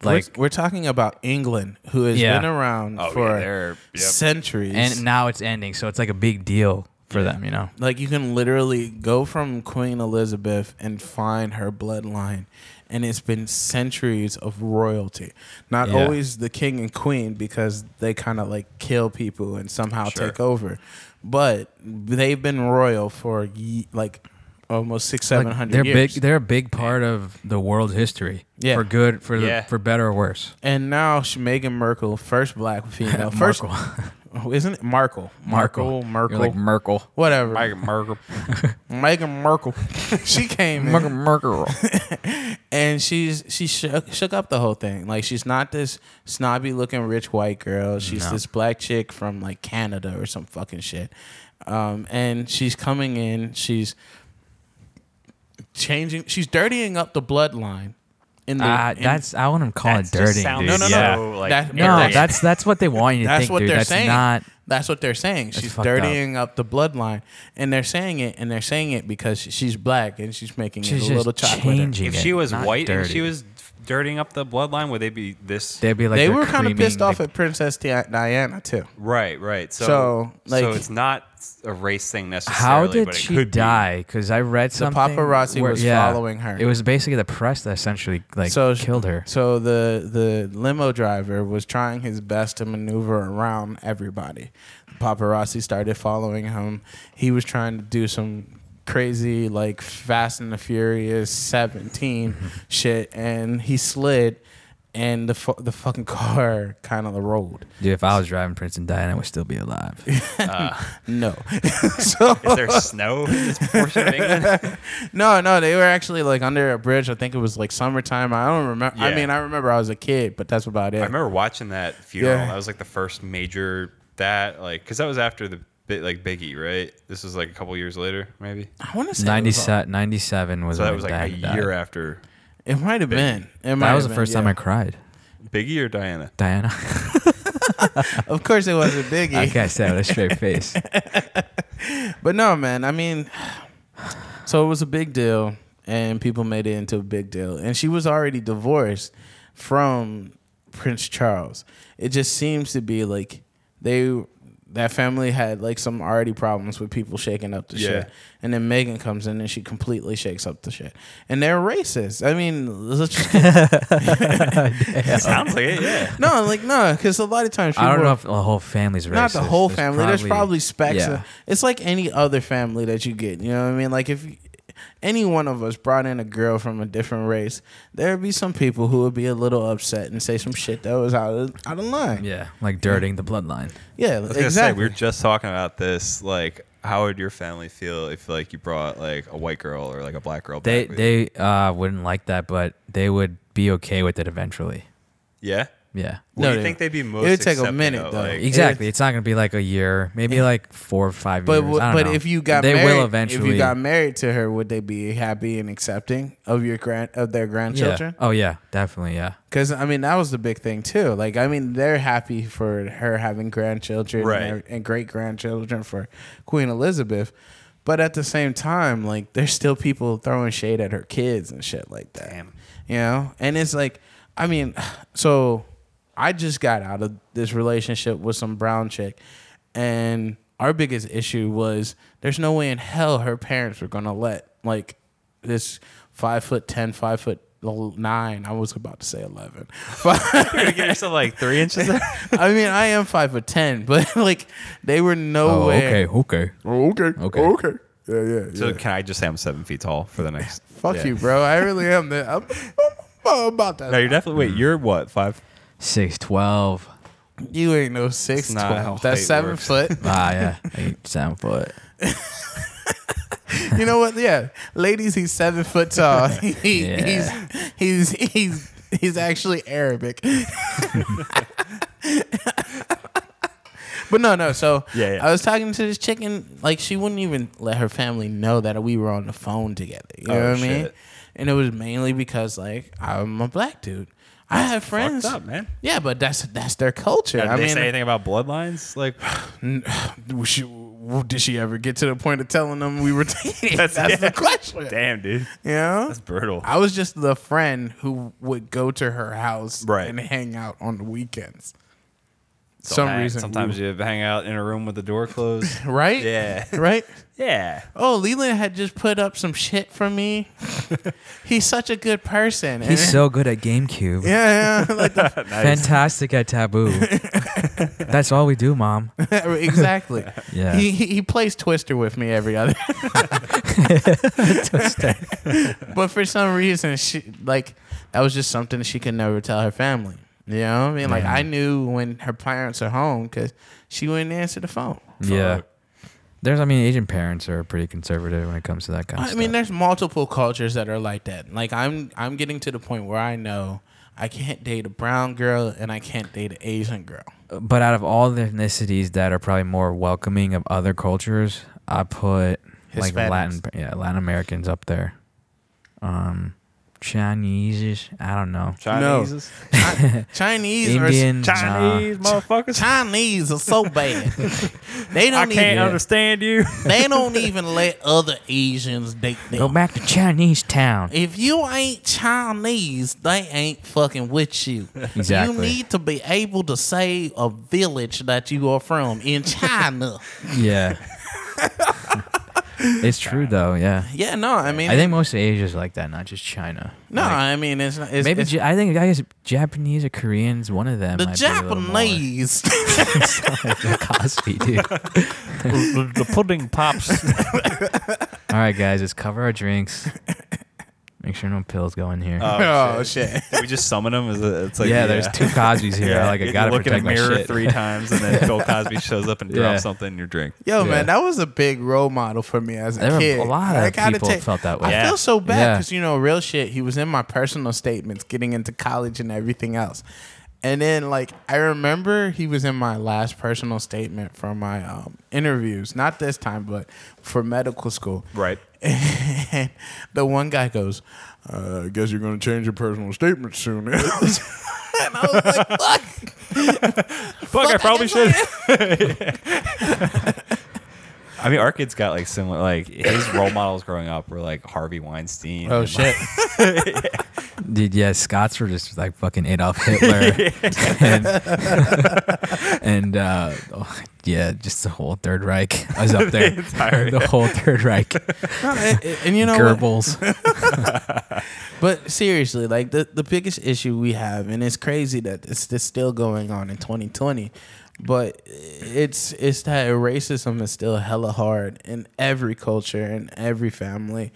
Speaker 1: like,
Speaker 3: we're, we're talking about England, who has
Speaker 1: Yeah.
Speaker 3: been around
Speaker 2: Oh, yeah,
Speaker 3: for
Speaker 2: they're- yep.
Speaker 3: centuries,
Speaker 1: and now it's ending, so it's like a big deal for them, you know.
Speaker 3: like you can literally go from Queen Elizabeth and find her bloodline, and it's been centuries of royalty. Not
Speaker 1: Yeah.
Speaker 3: always the king and queen because they kind of like kill people and somehow
Speaker 2: Sure.
Speaker 3: take over, but they've been royal for ye- like almost six
Speaker 1: Like,
Speaker 3: seven hundred
Speaker 1: they're
Speaker 3: years.
Speaker 1: big. They're a big part of the world's history.
Speaker 3: Yeah.
Speaker 1: for good, for
Speaker 2: Yeah.
Speaker 1: the, for better or worse.
Speaker 3: and now she- Meghan Merkel, first black female, first
Speaker 1: Merkel,
Speaker 3: Oh, isn't it Markle?
Speaker 1: Merkel,
Speaker 3: Merkel,
Speaker 1: You're like Merkel,
Speaker 3: whatever.
Speaker 2: Meghan Markle.
Speaker 3: Meghan Merkel. she came in
Speaker 1: Merkel, Merkel.
Speaker 3: and she's she shook, shook up the whole thing. Like she's not this snobby looking rich white girl. She's
Speaker 1: No.
Speaker 3: this black chick from like Canada or some fucking shit. Um, and she's coming in. She's changing. She's dirtying up the bloodline. In the
Speaker 1: Ah,
Speaker 3: in-
Speaker 1: that's I wouldn't call
Speaker 2: That
Speaker 1: it
Speaker 2: just
Speaker 1: dirty.
Speaker 2: sounds
Speaker 1: Dude.
Speaker 3: No, no, no.
Speaker 1: yeah.
Speaker 2: so, like,
Speaker 3: That-
Speaker 1: No,
Speaker 2: arrogant.
Speaker 1: that's that's what they want you to
Speaker 3: That's
Speaker 1: think,
Speaker 3: what
Speaker 1: dude.
Speaker 3: they're
Speaker 1: that's
Speaker 3: saying.
Speaker 1: not.
Speaker 3: That's what they're saying. She's
Speaker 1: fucked up.
Speaker 3: dirtying up. the bloodline, and they're saying it, and they're saying it because she's black and she's making
Speaker 1: She's
Speaker 3: it a little
Speaker 1: just
Speaker 3: chocolate.
Speaker 1: changing.
Speaker 2: If she was
Speaker 1: Not
Speaker 2: white and
Speaker 1: dirty.
Speaker 2: she was dirtying up the bloodline, would they be this?
Speaker 1: They'd be like
Speaker 3: they
Speaker 1: they're
Speaker 3: were kind of
Speaker 1: creaming
Speaker 3: pissed
Speaker 1: the-
Speaker 3: off at Princess Di- Diana too.
Speaker 2: right, right. So,
Speaker 3: So, like-
Speaker 2: so it's not a race thing necessarily.
Speaker 1: How did
Speaker 2: but it
Speaker 1: she
Speaker 2: could be.
Speaker 1: die? Because I read
Speaker 3: The
Speaker 1: something.
Speaker 3: paparazzi was following her.
Speaker 1: It was basically the press that essentially like
Speaker 3: So sh-
Speaker 1: killed her.
Speaker 3: So the the limo driver was trying his best to maneuver around everybody. paparazzi started following him. He was trying to do some crazy like Fast and the Furious 17 shit and he slid and the fu- the fucking car kind of rolled.
Speaker 1: Dude, if I was driving Prince and Diana, would still be alive.
Speaker 3: No. so
Speaker 2: Is there snow in this portion of England?
Speaker 3: No, no, they were actually like under a bridge. I think it was like summertime. I don't remember. I
Speaker 2: Yeah.
Speaker 3: mean, I remember I was a kid, but that's about it.
Speaker 2: I remember watching that funeral.
Speaker 3: Yeah.
Speaker 2: That was like the first major that like because that was after the bit like Biggie, right? This was like a couple years later, maybe.
Speaker 3: I want to say it was-
Speaker 1: 97, 97 was
Speaker 2: So that
Speaker 1: when
Speaker 2: was like a
Speaker 1: Diana died.
Speaker 2: year after
Speaker 3: It might have been. It might
Speaker 1: That was
Speaker 3: have
Speaker 1: the first
Speaker 3: been,
Speaker 1: time I
Speaker 3: yeah.
Speaker 1: cried.
Speaker 2: Biggie or Diana.
Speaker 1: Diana.
Speaker 3: Of course, it wasn't Biggie.
Speaker 1: I can't say it with a straight face.
Speaker 3: But no, man. I mean, so it was a big deal, and people made it into a big deal. And she was already divorced from Prince Charles. It just seems to be like they that family had like some already problems with people shaking up the
Speaker 2: Yeah.
Speaker 3: shit. And then Megan comes in and she completely shakes up the shit. And they're racist. I mean, let's just
Speaker 2: It sounds like it, yeah.
Speaker 3: no, like no, because a lot of times people
Speaker 1: I don't
Speaker 3: are-
Speaker 1: know if the whole family's racist.
Speaker 3: Not the whole
Speaker 1: There's
Speaker 3: family. There's probably specks.
Speaker 1: Yeah.
Speaker 3: of- it's like any other family that you get. You know what I mean? Like if you- any one of us brought in a girl from a different race, there would be some people who would be a little upset and say some shit that was out of, out of line. Yeah,
Speaker 1: yeah, like dirtying the bloodline.
Speaker 2: I was gonna say we
Speaker 3: exactly.
Speaker 2: were just talking about this. Like, how would your family feel if like you brought like a white girl or like a black girl?
Speaker 1: They
Speaker 2: back with you?
Speaker 1: they uh, wouldn't like that, but they would be okay with it eventually.
Speaker 2: yeah.
Speaker 1: Yeah.
Speaker 2: What do
Speaker 3: they-
Speaker 2: you think they'd be most?
Speaker 3: would take a
Speaker 2: accepting
Speaker 3: minute,
Speaker 2: of,
Speaker 3: though.
Speaker 2: like-
Speaker 1: Exactly. it's not gonna be like a year, maybe like four or five
Speaker 3: But
Speaker 1: years.
Speaker 3: w-
Speaker 1: I don't
Speaker 3: but
Speaker 1: know.
Speaker 3: if you got
Speaker 1: they
Speaker 3: married,
Speaker 1: will eventually.
Speaker 3: if you got married to her, would they be happy and accepting of your grand of their grandchildren?
Speaker 1: Yeah. Oh yeah, definitely. Yeah.
Speaker 3: Because I mean, that was the big thing too. Like, I mean, they're happy for her having grandchildren
Speaker 2: Right.
Speaker 3: and, and great grandchildren for Queen Elizabeth, but at the same time, like, there's still people throwing shade at her kids and shit like that.
Speaker 2: Damn.
Speaker 3: You know, and it's like, I mean, so I just got out of this relationship with some brown chick, and our biggest issue was there's no way in hell her parents were gonna let like this five foot ten, five foot nine. I was about to say eleven.
Speaker 2: You're gonna get yourself like three inches.
Speaker 3: I mean, I am five foot ten, but like they were no way.
Speaker 1: Oh, Okay.
Speaker 3: Oh, okay,
Speaker 1: Okay.
Speaker 3: okay. Yeah, yeah, yeah.
Speaker 2: So can I just say I'm seven feet tall for the next?
Speaker 3: Fuck
Speaker 2: Yeah.
Speaker 3: you, bro. I really am. The, I'm, I'm about that.
Speaker 2: No, you're definitely.
Speaker 1: Mm.
Speaker 2: Wait, you're what five?
Speaker 1: Six twelve.
Speaker 3: You ain't no six
Speaker 2: not how
Speaker 3: twelve. That's
Speaker 2: height
Speaker 3: seven
Speaker 2: works.
Speaker 3: foot.
Speaker 1: Ah yeah. Eight seven foot.
Speaker 3: You know what? Yeah, ladies, he's seven foot tall. He,
Speaker 1: Yeah.
Speaker 3: He's he's he's he's actually Arabic. But no, no. So
Speaker 5: Yeah, yeah.
Speaker 3: I was talking to this chick and like she wouldn't even let her family know that we were on the phone together. You know
Speaker 2: Oh,
Speaker 3: what I mean?
Speaker 2: shit.
Speaker 3: And it was mainly because like I'm a black dude. I have friends.
Speaker 2: Fucked up, man.
Speaker 3: Yeah, but that's that's their culture.
Speaker 2: Did
Speaker 3: I
Speaker 2: they
Speaker 3: mean,
Speaker 2: say anything about bloodlines? Like,
Speaker 3: was she, w- did she ever get to the point of telling them we were dating? That's, the question.
Speaker 5: Damn, dude.
Speaker 3: You know?
Speaker 2: that's brutal.
Speaker 3: I was just the friend who would go to her house
Speaker 5: Right.
Speaker 3: and hang out on the weekends. Some
Speaker 2: Hey,
Speaker 3: reason,
Speaker 2: Sometimes you hang out in a room with the door closed.
Speaker 3: right?
Speaker 2: Yeah.
Speaker 3: right.
Speaker 5: Yeah.
Speaker 3: Oh, Leland had just put up some shit for me. He's such a good person. And-
Speaker 1: He's so good at GameCube.
Speaker 3: yeah, yeah, like the-
Speaker 1: Fantastic at Taboo. That's all we do, Mom.
Speaker 3: exactly.
Speaker 1: Yeah.
Speaker 3: He, he he plays Twister with me every other. but for some reason, she like that was just something she could never tell her family. You know what I mean? Like I knew when her parents are home because she wouldn't answer the phone.
Speaker 1: Yeah. There's, I mean, Asian parents are pretty conservative when it comes to that kind of
Speaker 3: I
Speaker 1: stuff.
Speaker 3: mean, there's multiple cultures that are like that. Like I'm I'm getting to the point where I know I can't date a brown girl and I can't date an Asian girl.
Speaker 1: but out of all the ethnicities that are probably more welcoming of other cultures, I put like
Speaker 3: Hispanics.
Speaker 1: Latin, yeah, Latin Americans up there. Um, Chinese, I don't know.
Speaker 2: Chinese.
Speaker 3: Chi- Chinese are
Speaker 1: Indian,
Speaker 5: Chinese motherfuckers.
Speaker 3: Chinese are so bad. they
Speaker 5: I
Speaker 3: don't
Speaker 5: can't
Speaker 3: even
Speaker 5: understand you.
Speaker 3: they don't even let other Asians date
Speaker 1: nah. Go
Speaker 3: them.
Speaker 1: back to Chinese town.
Speaker 3: If you ain't Chinese, they ain't fucking with you.
Speaker 1: Exactly.
Speaker 3: You need to be able to say a village that you are from in China.
Speaker 1: Yeah. it's true though. Yeah.
Speaker 3: yeah, no, I mean,
Speaker 1: I think most of Asia is like that, not just China.
Speaker 3: no,
Speaker 1: Like,
Speaker 3: I mean, it's not. It's,
Speaker 1: maybe
Speaker 3: it's,
Speaker 1: Ja- I think I guess Japanese or Koreans. One of them.
Speaker 3: the
Speaker 1: might be a little more-
Speaker 3: Japanese.
Speaker 1: Cosby, dude.
Speaker 5: the, the
Speaker 2: Oh,
Speaker 5: pudding pops.
Speaker 1: All right, guys, let's cover our drinks. Make sure no pills go in here.
Speaker 2: Uh,
Speaker 3: oh shit!
Speaker 2: Did we just summon him? Is it, it's like
Speaker 1: yeah, there's two Cosbys here. Like I
Speaker 2: You
Speaker 1: gotta
Speaker 2: look
Speaker 1: protect
Speaker 2: in a mirror
Speaker 1: my shit.
Speaker 2: three times, and then Bill Cosby shows up and drops
Speaker 1: Yeah.
Speaker 2: something in your drink.
Speaker 3: Yo,
Speaker 1: Yeah.
Speaker 3: man, that was a big role model for me as a
Speaker 1: There were
Speaker 3: kid.
Speaker 1: a lot
Speaker 3: I
Speaker 1: of
Speaker 3: gotta
Speaker 1: people
Speaker 3: take-
Speaker 1: felt that way.
Speaker 3: I
Speaker 2: Yeah.
Speaker 3: feel so bad
Speaker 1: Yeah.
Speaker 3: because you know, real shit. He was in my personal statements, getting into college and everything else. And then, like, I remember he was in my last personal statement for my um, interviews. Not this time, but for medical school.
Speaker 2: Right.
Speaker 3: And the one guy goes, uh, "I guess you're going to change your personal statement soon." and I was like, "Fuck,
Speaker 2: Fuck, I
Speaker 3: fuck,
Speaker 2: probably
Speaker 3: guess
Speaker 2: should.
Speaker 3: am.
Speaker 2: I mean, our kid's got like similar. Like his role models growing up were like Harvey Weinstein.
Speaker 3: Oh
Speaker 2: and,
Speaker 3: shit!
Speaker 1: Dude, yeah, Scots were just like fucking Adolf Hitler, and, and uh, oh, yeah, just the whole Third Reich. I was up there, the whole Third Reich.
Speaker 3: No, and, and you know what?
Speaker 1: Goebbels.
Speaker 3: But seriously, like the, the biggest issue we have, and it's crazy that it's, it's still going on in 2020, but it's it's that racism is still hella hard in every culture and every family,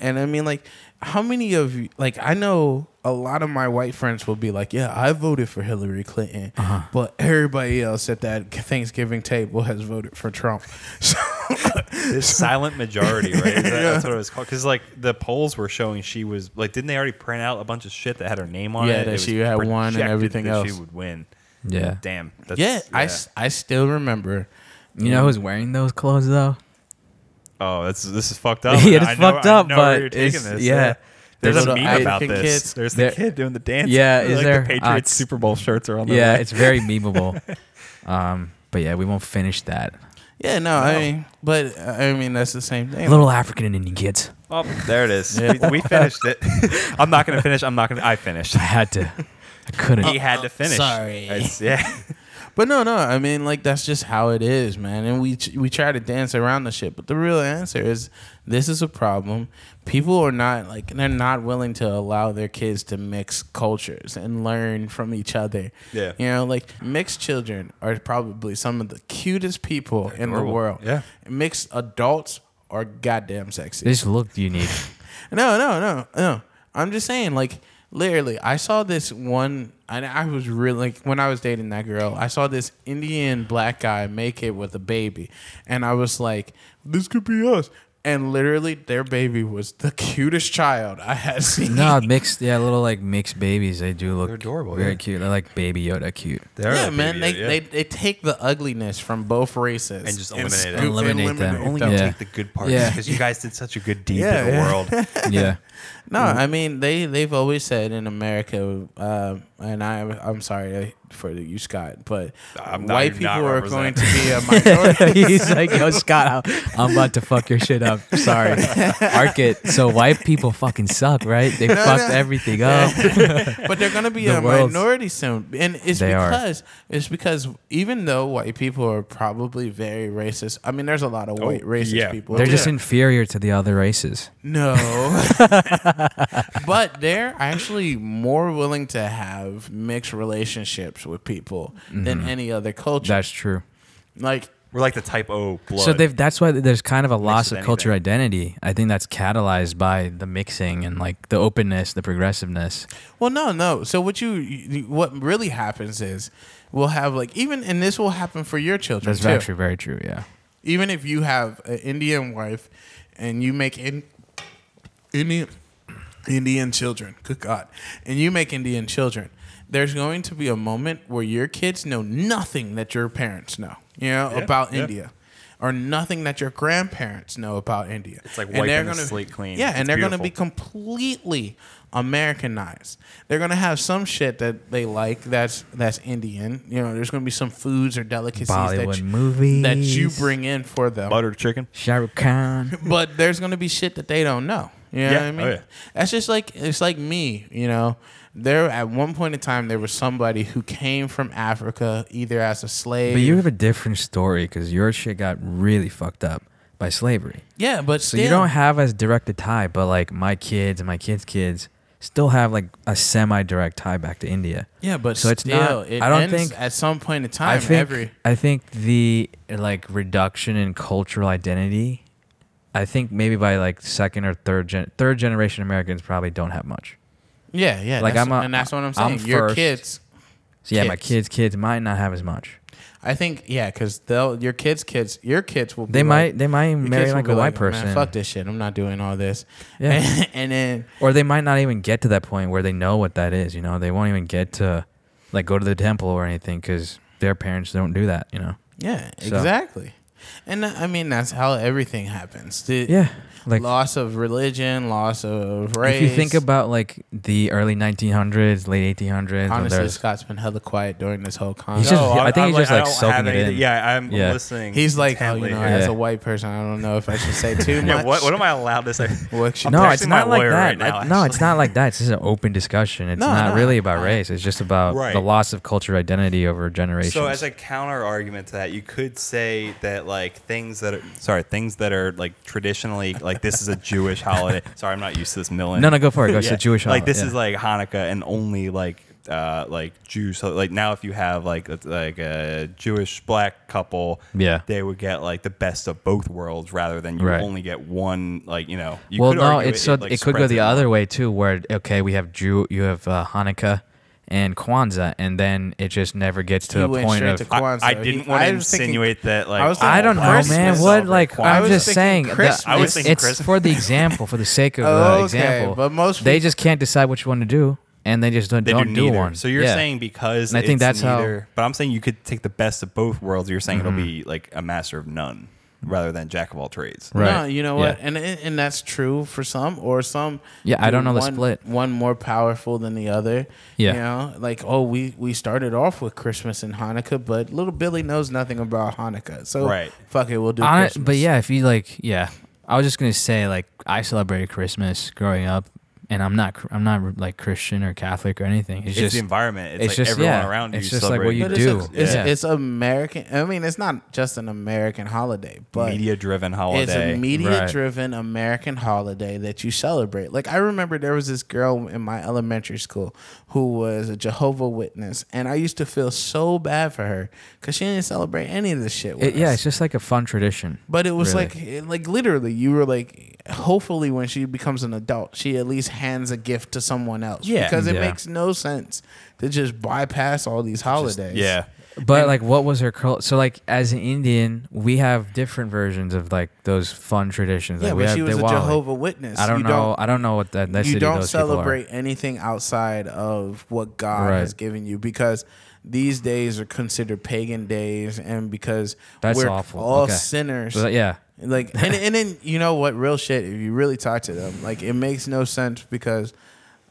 Speaker 3: and I mean like how many of you like I know a lot of my white friends will be like, yeah, I voted for Hillary Clinton, but everybody else at that Thanksgiving table has voted for Trump. So
Speaker 2: The silent majority, right? Is that- That's what it was called. Because like the polls were showing she was like, didn't they already print out a bunch of shit that had her name on
Speaker 3: Yeah,
Speaker 2: it?
Speaker 3: that
Speaker 2: It
Speaker 3: she
Speaker 2: was
Speaker 3: had won and
Speaker 2: projected
Speaker 3: everything
Speaker 2: that She
Speaker 3: else.
Speaker 2: would win.
Speaker 1: Yeah,
Speaker 2: Damn. That's,
Speaker 3: yeah, I s I I still remember.
Speaker 1: you know who's wearing those clothes though?
Speaker 2: Oh, that's this is fucked up.
Speaker 1: Yeah,
Speaker 2: man.
Speaker 1: it's
Speaker 2: I know-
Speaker 1: fucked
Speaker 2: I
Speaker 1: up,
Speaker 2: know where
Speaker 1: but
Speaker 2: you're taking
Speaker 1: it's-
Speaker 2: this,
Speaker 1: yeah.
Speaker 2: There's,
Speaker 3: There's
Speaker 2: a
Speaker 3: a
Speaker 2: meme
Speaker 3: little
Speaker 2: about
Speaker 3: African
Speaker 2: this.
Speaker 3: kids.
Speaker 2: There's
Speaker 1: There-
Speaker 2: the kid doing the dance.
Speaker 1: Yeah,
Speaker 2: like
Speaker 1: is there-
Speaker 2: the Patriots
Speaker 1: uh, it's-
Speaker 2: Super Bowl shirts are on.
Speaker 1: Yeah,
Speaker 2: their
Speaker 1: it's very memeable. um, but yeah, we won't finish that.
Speaker 3: Yeah, no, I mean, but uh, I mean that's the same thing.
Speaker 1: Little African and Indian kids.
Speaker 2: Oh, there it is. We, we finished it. I'm not gonna finish. I'm not gonna. I finished.
Speaker 1: I had to. I couldn't.
Speaker 2: He had to finish.
Speaker 3: sorry.
Speaker 2: It's- yeah.
Speaker 3: But no, no. I mean, like that's just how it is, man. And we we try to dance around the shit, but the real answer is this is a problem. People are not like they're not willing to allow their kids to mix cultures and learn from each other.
Speaker 2: Yeah.
Speaker 3: you know, like mixed children are probably some of the cutest people in the
Speaker 2: adorable.
Speaker 3: world.
Speaker 2: Yeah.
Speaker 3: mixed adults are goddamn sexy.
Speaker 1: They just looked unique.
Speaker 3: No, no, no, no. I'm just saying, like, literally, I saw this one, and I was really, like, when I was dating that girl, I saw this Indian black guy make it with a baby, and I was like, this could be us. and literally their baby was the cutest child I had seen.
Speaker 1: No, mixed. Yeah, little like mixed babies. They do look
Speaker 2: They're adorable,
Speaker 1: Very
Speaker 2: yeah.
Speaker 1: cute. They're like baby Yoda cute.
Speaker 2: They're
Speaker 3: yeah,
Speaker 2: like
Speaker 3: man,
Speaker 2: baby,
Speaker 3: they,
Speaker 2: yeah.
Speaker 3: they they take the ugliness from both races
Speaker 2: And just eliminate it.
Speaker 3: scoop-
Speaker 1: Eliminate them.
Speaker 2: only
Speaker 1: Yeah.
Speaker 2: take the good parts
Speaker 1: Yeah.
Speaker 2: because you guys did such a good deed
Speaker 3: Yeah,
Speaker 2: to the
Speaker 3: yeah.
Speaker 2: world.
Speaker 1: Yeah.
Speaker 3: No,
Speaker 1: Mm-hmm.
Speaker 3: I mean they they've always said in America, um, and I I'm sorry uh, for you, Scott, but
Speaker 2: I'm not-
Speaker 3: white
Speaker 2: you're
Speaker 3: people
Speaker 2: not
Speaker 3: are going to
Speaker 2: representing.
Speaker 3: be a minority.
Speaker 1: He's like, yo, Scott, I'm- I'm about to fuck your shit up. Sorry. Arc it. So white people fucking suck, right? They fucked everything up.
Speaker 3: but they're going to be
Speaker 1: The
Speaker 3: a
Speaker 1: world's-
Speaker 3: minority soon, and it's
Speaker 1: They are.
Speaker 3: because it's because even though white people are probably very racist, I mean, there's a lot of white racist
Speaker 2: yeah.
Speaker 3: people.
Speaker 1: Oh, They're just
Speaker 3: Yeah.
Speaker 1: inferior to the other races.
Speaker 3: no, but they're actually more willing to have mixed relationships with people than any other culture.
Speaker 1: Mm-hmm. That's true.
Speaker 3: like
Speaker 2: We're like the type O blood.
Speaker 1: So they've, that's why there's kind of a loss
Speaker 2: with
Speaker 1: of culture
Speaker 2: anything.
Speaker 1: identity. I think that's catalyzed by the mixing and like the openness, the progressiveness.
Speaker 3: Well, no, no. So what you, you what really happens is we'll have like even and this will happen for your children
Speaker 1: That's
Speaker 3: too.
Speaker 1: actually very true. Yeah.
Speaker 3: Even if you have an Indian wife and you make in, Indian Indian children, good God, and you make Indian children, there's going to be a moment where your kids know nothing that your parents know, you know, about
Speaker 2: yeah.
Speaker 3: India. Or nothing that your grandparents know about India. It's
Speaker 2: like wiping the slate clean.
Speaker 3: Yeah, and
Speaker 2: It's
Speaker 3: they're going to be
Speaker 2: beautiful.
Speaker 3: completely Americanized. They're gonna have some shit that they like that's that's Indian. You know, there's gonna be some foods or delicacies that
Speaker 1: Bollywood
Speaker 3: you,
Speaker 1: movies.
Speaker 3: that you bring in for them. But,
Speaker 2: buttered chicken.
Speaker 1: Shah Rukh Khan.
Speaker 3: there's gonna be shit that they don't know. You know
Speaker 2: Yeah.
Speaker 3: what I mean?
Speaker 2: Oh, yeah.
Speaker 3: That's just like it's like me, you know. There at one point in time there was somebody who came from Africa either as a slave.
Speaker 1: But you have a different story because your shit got really fucked up by slavery.
Speaker 3: yeah, but
Speaker 1: So
Speaker 3: still,
Speaker 1: you don't have as direct a tie, but like my kids and my kids' kids still have like a semi-direct tie back to India.
Speaker 3: yeah, but
Speaker 1: so it's
Speaker 3: still,
Speaker 1: not-
Speaker 3: it
Speaker 1: I don't
Speaker 3: ends
Speaker 1: think-
Speaker 3: at some point in time
Speaker 1: I think
Speaker 3: every
Speaker 1: I think the like reduction in cultural identity. I think maybe by like second or third gen, third generation Americans probably don't have much.
Speaker 3: yeah yeah
Speaker 1: Like,
Speaker 3: that's-
Speaker 1: I'm a-
Speaker 3: and that's what I'm saying.
Speaker 1: I'm
Speaker 3: Your
Speaker 1: first.
Speaker 3: kids
Speaker 1: So yeah, my
Speaker 3: Kids.
Speaker 1: kids' kids might not have as much.
Speaker 3: I think yeah, because they'll your kids' kids, your kids will. Be
Speaker 1: They
Speaker 3: like-
Speaker 1: might they might
Speaker 3: your
Speaker 1: marry
Speaker 3: kids will
Speaker 1: like
Speaker 3: be "Oh,
Speaker 1: a white
Speaker 3: "Man,
Speaker 1: person,
Speaker 3: fuck this shit. I'm not doing all this.
Speaker 1: Yeah.
Speaker 3: And, then
Speaker 1: or they might not even get to that point where they know what that is. You know, they won't even get to like go to the temple or anything because their parents don't do that. You know.
Speaker 3: yeah,
Speaker 1: So-
Speaker 3: exactly. And uh, I mean that's how everything happens. The
Speaker 1: Yeah. Like
Speaker 3: loss of religion, loss of
Speaker 1: If
Speaker 3: race.
Speaker 1: you think about like the early 1900s, late 1800s, when
Speaker 3: honestly,
Speaker 1: there's,
Speaker 3: Scott's been hella quiet during this whole
Speaker 1: He's
Speaker 3: conversation.
Speaker 1: just- I think he's just, like,
Speaker 2: I don't
Speaker 1: soaking
Speaker 2: have
Speaker 1: it
Speaker 2: anything-
Speaker 1: in.
Speaker 2: Yeah, I'm
Speaker 1: Yeah.
Speaker 2: listening.
Speaker 3: He's like, oh,
Speaker 2: intently.
Speaker 3: you know,
Speaker 1: Yeah.
Speaker 3: as a white person, I don't know if I should say too
Speaker 2: Yeah,
Speaker 3: much.
Speaker 2: what, what am I allowed to say?
Speaker 3: What should-
Speaker 1: no,
Speaker 2: texting
Speaker 1: it's
Speaker 2: my
Speaker 1: not like
Speaker 2: lawyer
Speaker 1: that.
Speaker 2: right now,
Speaker 1: I- no, it's
Speaker 2: actually.
Speaker 1: not like that. It's just an open discussion. It's
Speaker 3: No,
Speaker 1: not
Speaker 3: no,
Speaker 1: really about
Speaker 3: I-
Speaker 1: race. It's just about
Speaker 2: Right.
Speaker 1: the loss of cultural identity over generations.
Speaker 2: So as a counter argument to that, you could say that like things that are sorry, things that are like traditionally like this is a Jewish holiday. Sorry, I'm not used to this milling.
Speaker 1: No, no, go for it. Go. It's a Jewish
Speaker 2: Like
Speaker 1: holiday,
Speaker 2: this
Speaker 1: yeah.
Speaker 2: is like Hanukkah and only like uh like Jews. So like now if you have like a- like a Jewish black couple,
Speaker 1: Yeah.
Speaker 2: they would get like the best of both worlds rather than you
Speaker 1: Right.
Speaker 2: only get one. Like you know, you
Speaker 1: well,
Speaker 2: could
Speaker 1: no,
Speaker 2: argue
Speaker 1: it's so it,
Speaker 2: like,
Speaker 1: could go
Speaker 2: spreads
Speaker 1: the
Speaker 2: it out.
Speaker 1: other way too, where okay, we have Jew, you have uh, Hanukkah and Kwanzaa, and then it just never gets to
Speaker 3: He
Speaker 1: a
Speaker 3: went
Speaker 1: point
Speaker 3: straight
Speaker 1: of.
Speaker 3: to
Speaker 2: I-
Speaker 3: Kwanzaa.
Speaker 2: I
Speaker 3: He-
Speaker 2: didn't want to
Speaker 3: was thinking-
Speaker 2: insinuate that like
Speaker 3: I was
Speaker 1: I
Speaker 3: thinking
Speaker 1: don't know, man.
Speaker 3: Christmas.
Speaker 1: What like
Speaker 3: I
Speaker 1: I'm
Speaker 3: was
Speaker 1: just
Speaker 3: thinking
Speaker 1: saying. that-
Speaker 3: Christmas. I was
Speaker 1: it's-
Speaker 2: thinking
Speaker 1: it's
Speaker 2: Christmas.
Speaker 1: for the example, for the sake of the
Speaker 3: Okay,
Speaker 1: example.
Speaker 3: but most
Speaker 1: they
Speaker 3: peop-
Speaker 1: just can't decide which one to do, and they just don't,
Speaker 2: They
Speaker 1: don't
Speaker 2: do
Speaker 1: do
Speaker 2: neither.
Speaker 1: one.
Speaker 2: So you're
Speaker 1: Yeah.
Speaker 2: saying because
Speaker 1: And I think
Speaker 2: it's
Speaker 1: that's how-
Speaker 2: neither- But I'm saying you could take the best of both worlds. You're saying it'll
Speaker 1: Mm-hmm.
Speaker 2: be like a master of none rather than jack of all trades.
Speaker 1: Right.
Speaker 3: No, you know what,
Speaker 1: Yeah.
Speaker 3: and and and that's true for some, or some.
Speaker 1: Yeah, I don't know the
Speaker 3: one-
Speaker 1: split.
Speaker 3: One more powerful than the other.
Speaker 1: Yeah.
Speaker 3: you know, like oh, we we started off with Christmas and Hanukkah, but little Billy knows nothing about Hanukkah, so
Speaker 2: Right.
Speaker 3: fuck it, we'll do.
Speaker 1: Hon-
Speaker 3: Christmas.
Speaker 1: but yeah, if you like, yeah, I was just gonna say like I celebrated Christmas growing up, and I'm not, cr- I'm not like Christian or Catholic or anything. It's,
Speaker 2: It's,
Speaker 1: just
Speaker 2: the environment. It's,
Speaker 1: it's
Speaker 2: like
Speaker 1: just-
Speaker 2: everyone
Speaker 1: yeah.
Speaker 2: around you.
Speaker 1: It's just like what you
Speaker 3: But
Speaker 2: celebrating
Speaker 3: it's,
Speaker 1: do.
Speaker 3: a- it's,
Speaker 1: Yeah.
Speaker 3: it's American. I mean, it's not just an American holiday, but
Speaker 2: media driven holiday.
Speaker 3: it's a
Speaker 1: Right.
Speaker 3: media-driven American holiday that you celebrate. Like I remember there was this girl in my elementary school who was a Jehovah Witness, and I used to feel so bad for her because she didn't celebrate any of this shit. With
Speaker 1: it- yeah,
Speaker 3: us.
Speaker 1: it's just like a fun tradition.
Speaker 3: But it was
Speaker 1: Really.
Speaker 3: like, it- like literally, you were like, hopefully, when she becomes an adult, she at least hands a gift to someone else.
Speaker 2: Yeah.
Speaker 3: because it
Speaker 1: Yeah.
Speaker 3: makes no sense to just bypass all these holidays.
Speaker 2: yeah.
Speaker 1: But like, what was her culture? So like, as an Indian, we have different versions of like those fun traditions.
Speaker 3: Yeah,
Speaker 1: like, we
Speaker 3: but
Speaker 1: have
Speaker 3: she was a
Speaker 1: Diwali.
Speaker 3: Jehovah Witness.
Speaker 1: I don't
Speaker 3: you
Speaker 1: know. I don't know what that.
Speaker 3: you don't
Speaker 1: those people are.
Speaker 3: celebrate anything outside of what God
Speaker 1: Right.
Speaker 3: has given you because these days are considered pagan days, and because
Speaker 1: That's
Speaker 3: we're
Speaker 1: awful.
Speaker 3: all
Speaker 1: Okay.
Speaker 3: sinners.
Speaker 1: So, yeah.
Speaker 3: Like and and then you know what real shit if you really talk to them like it makes no sense because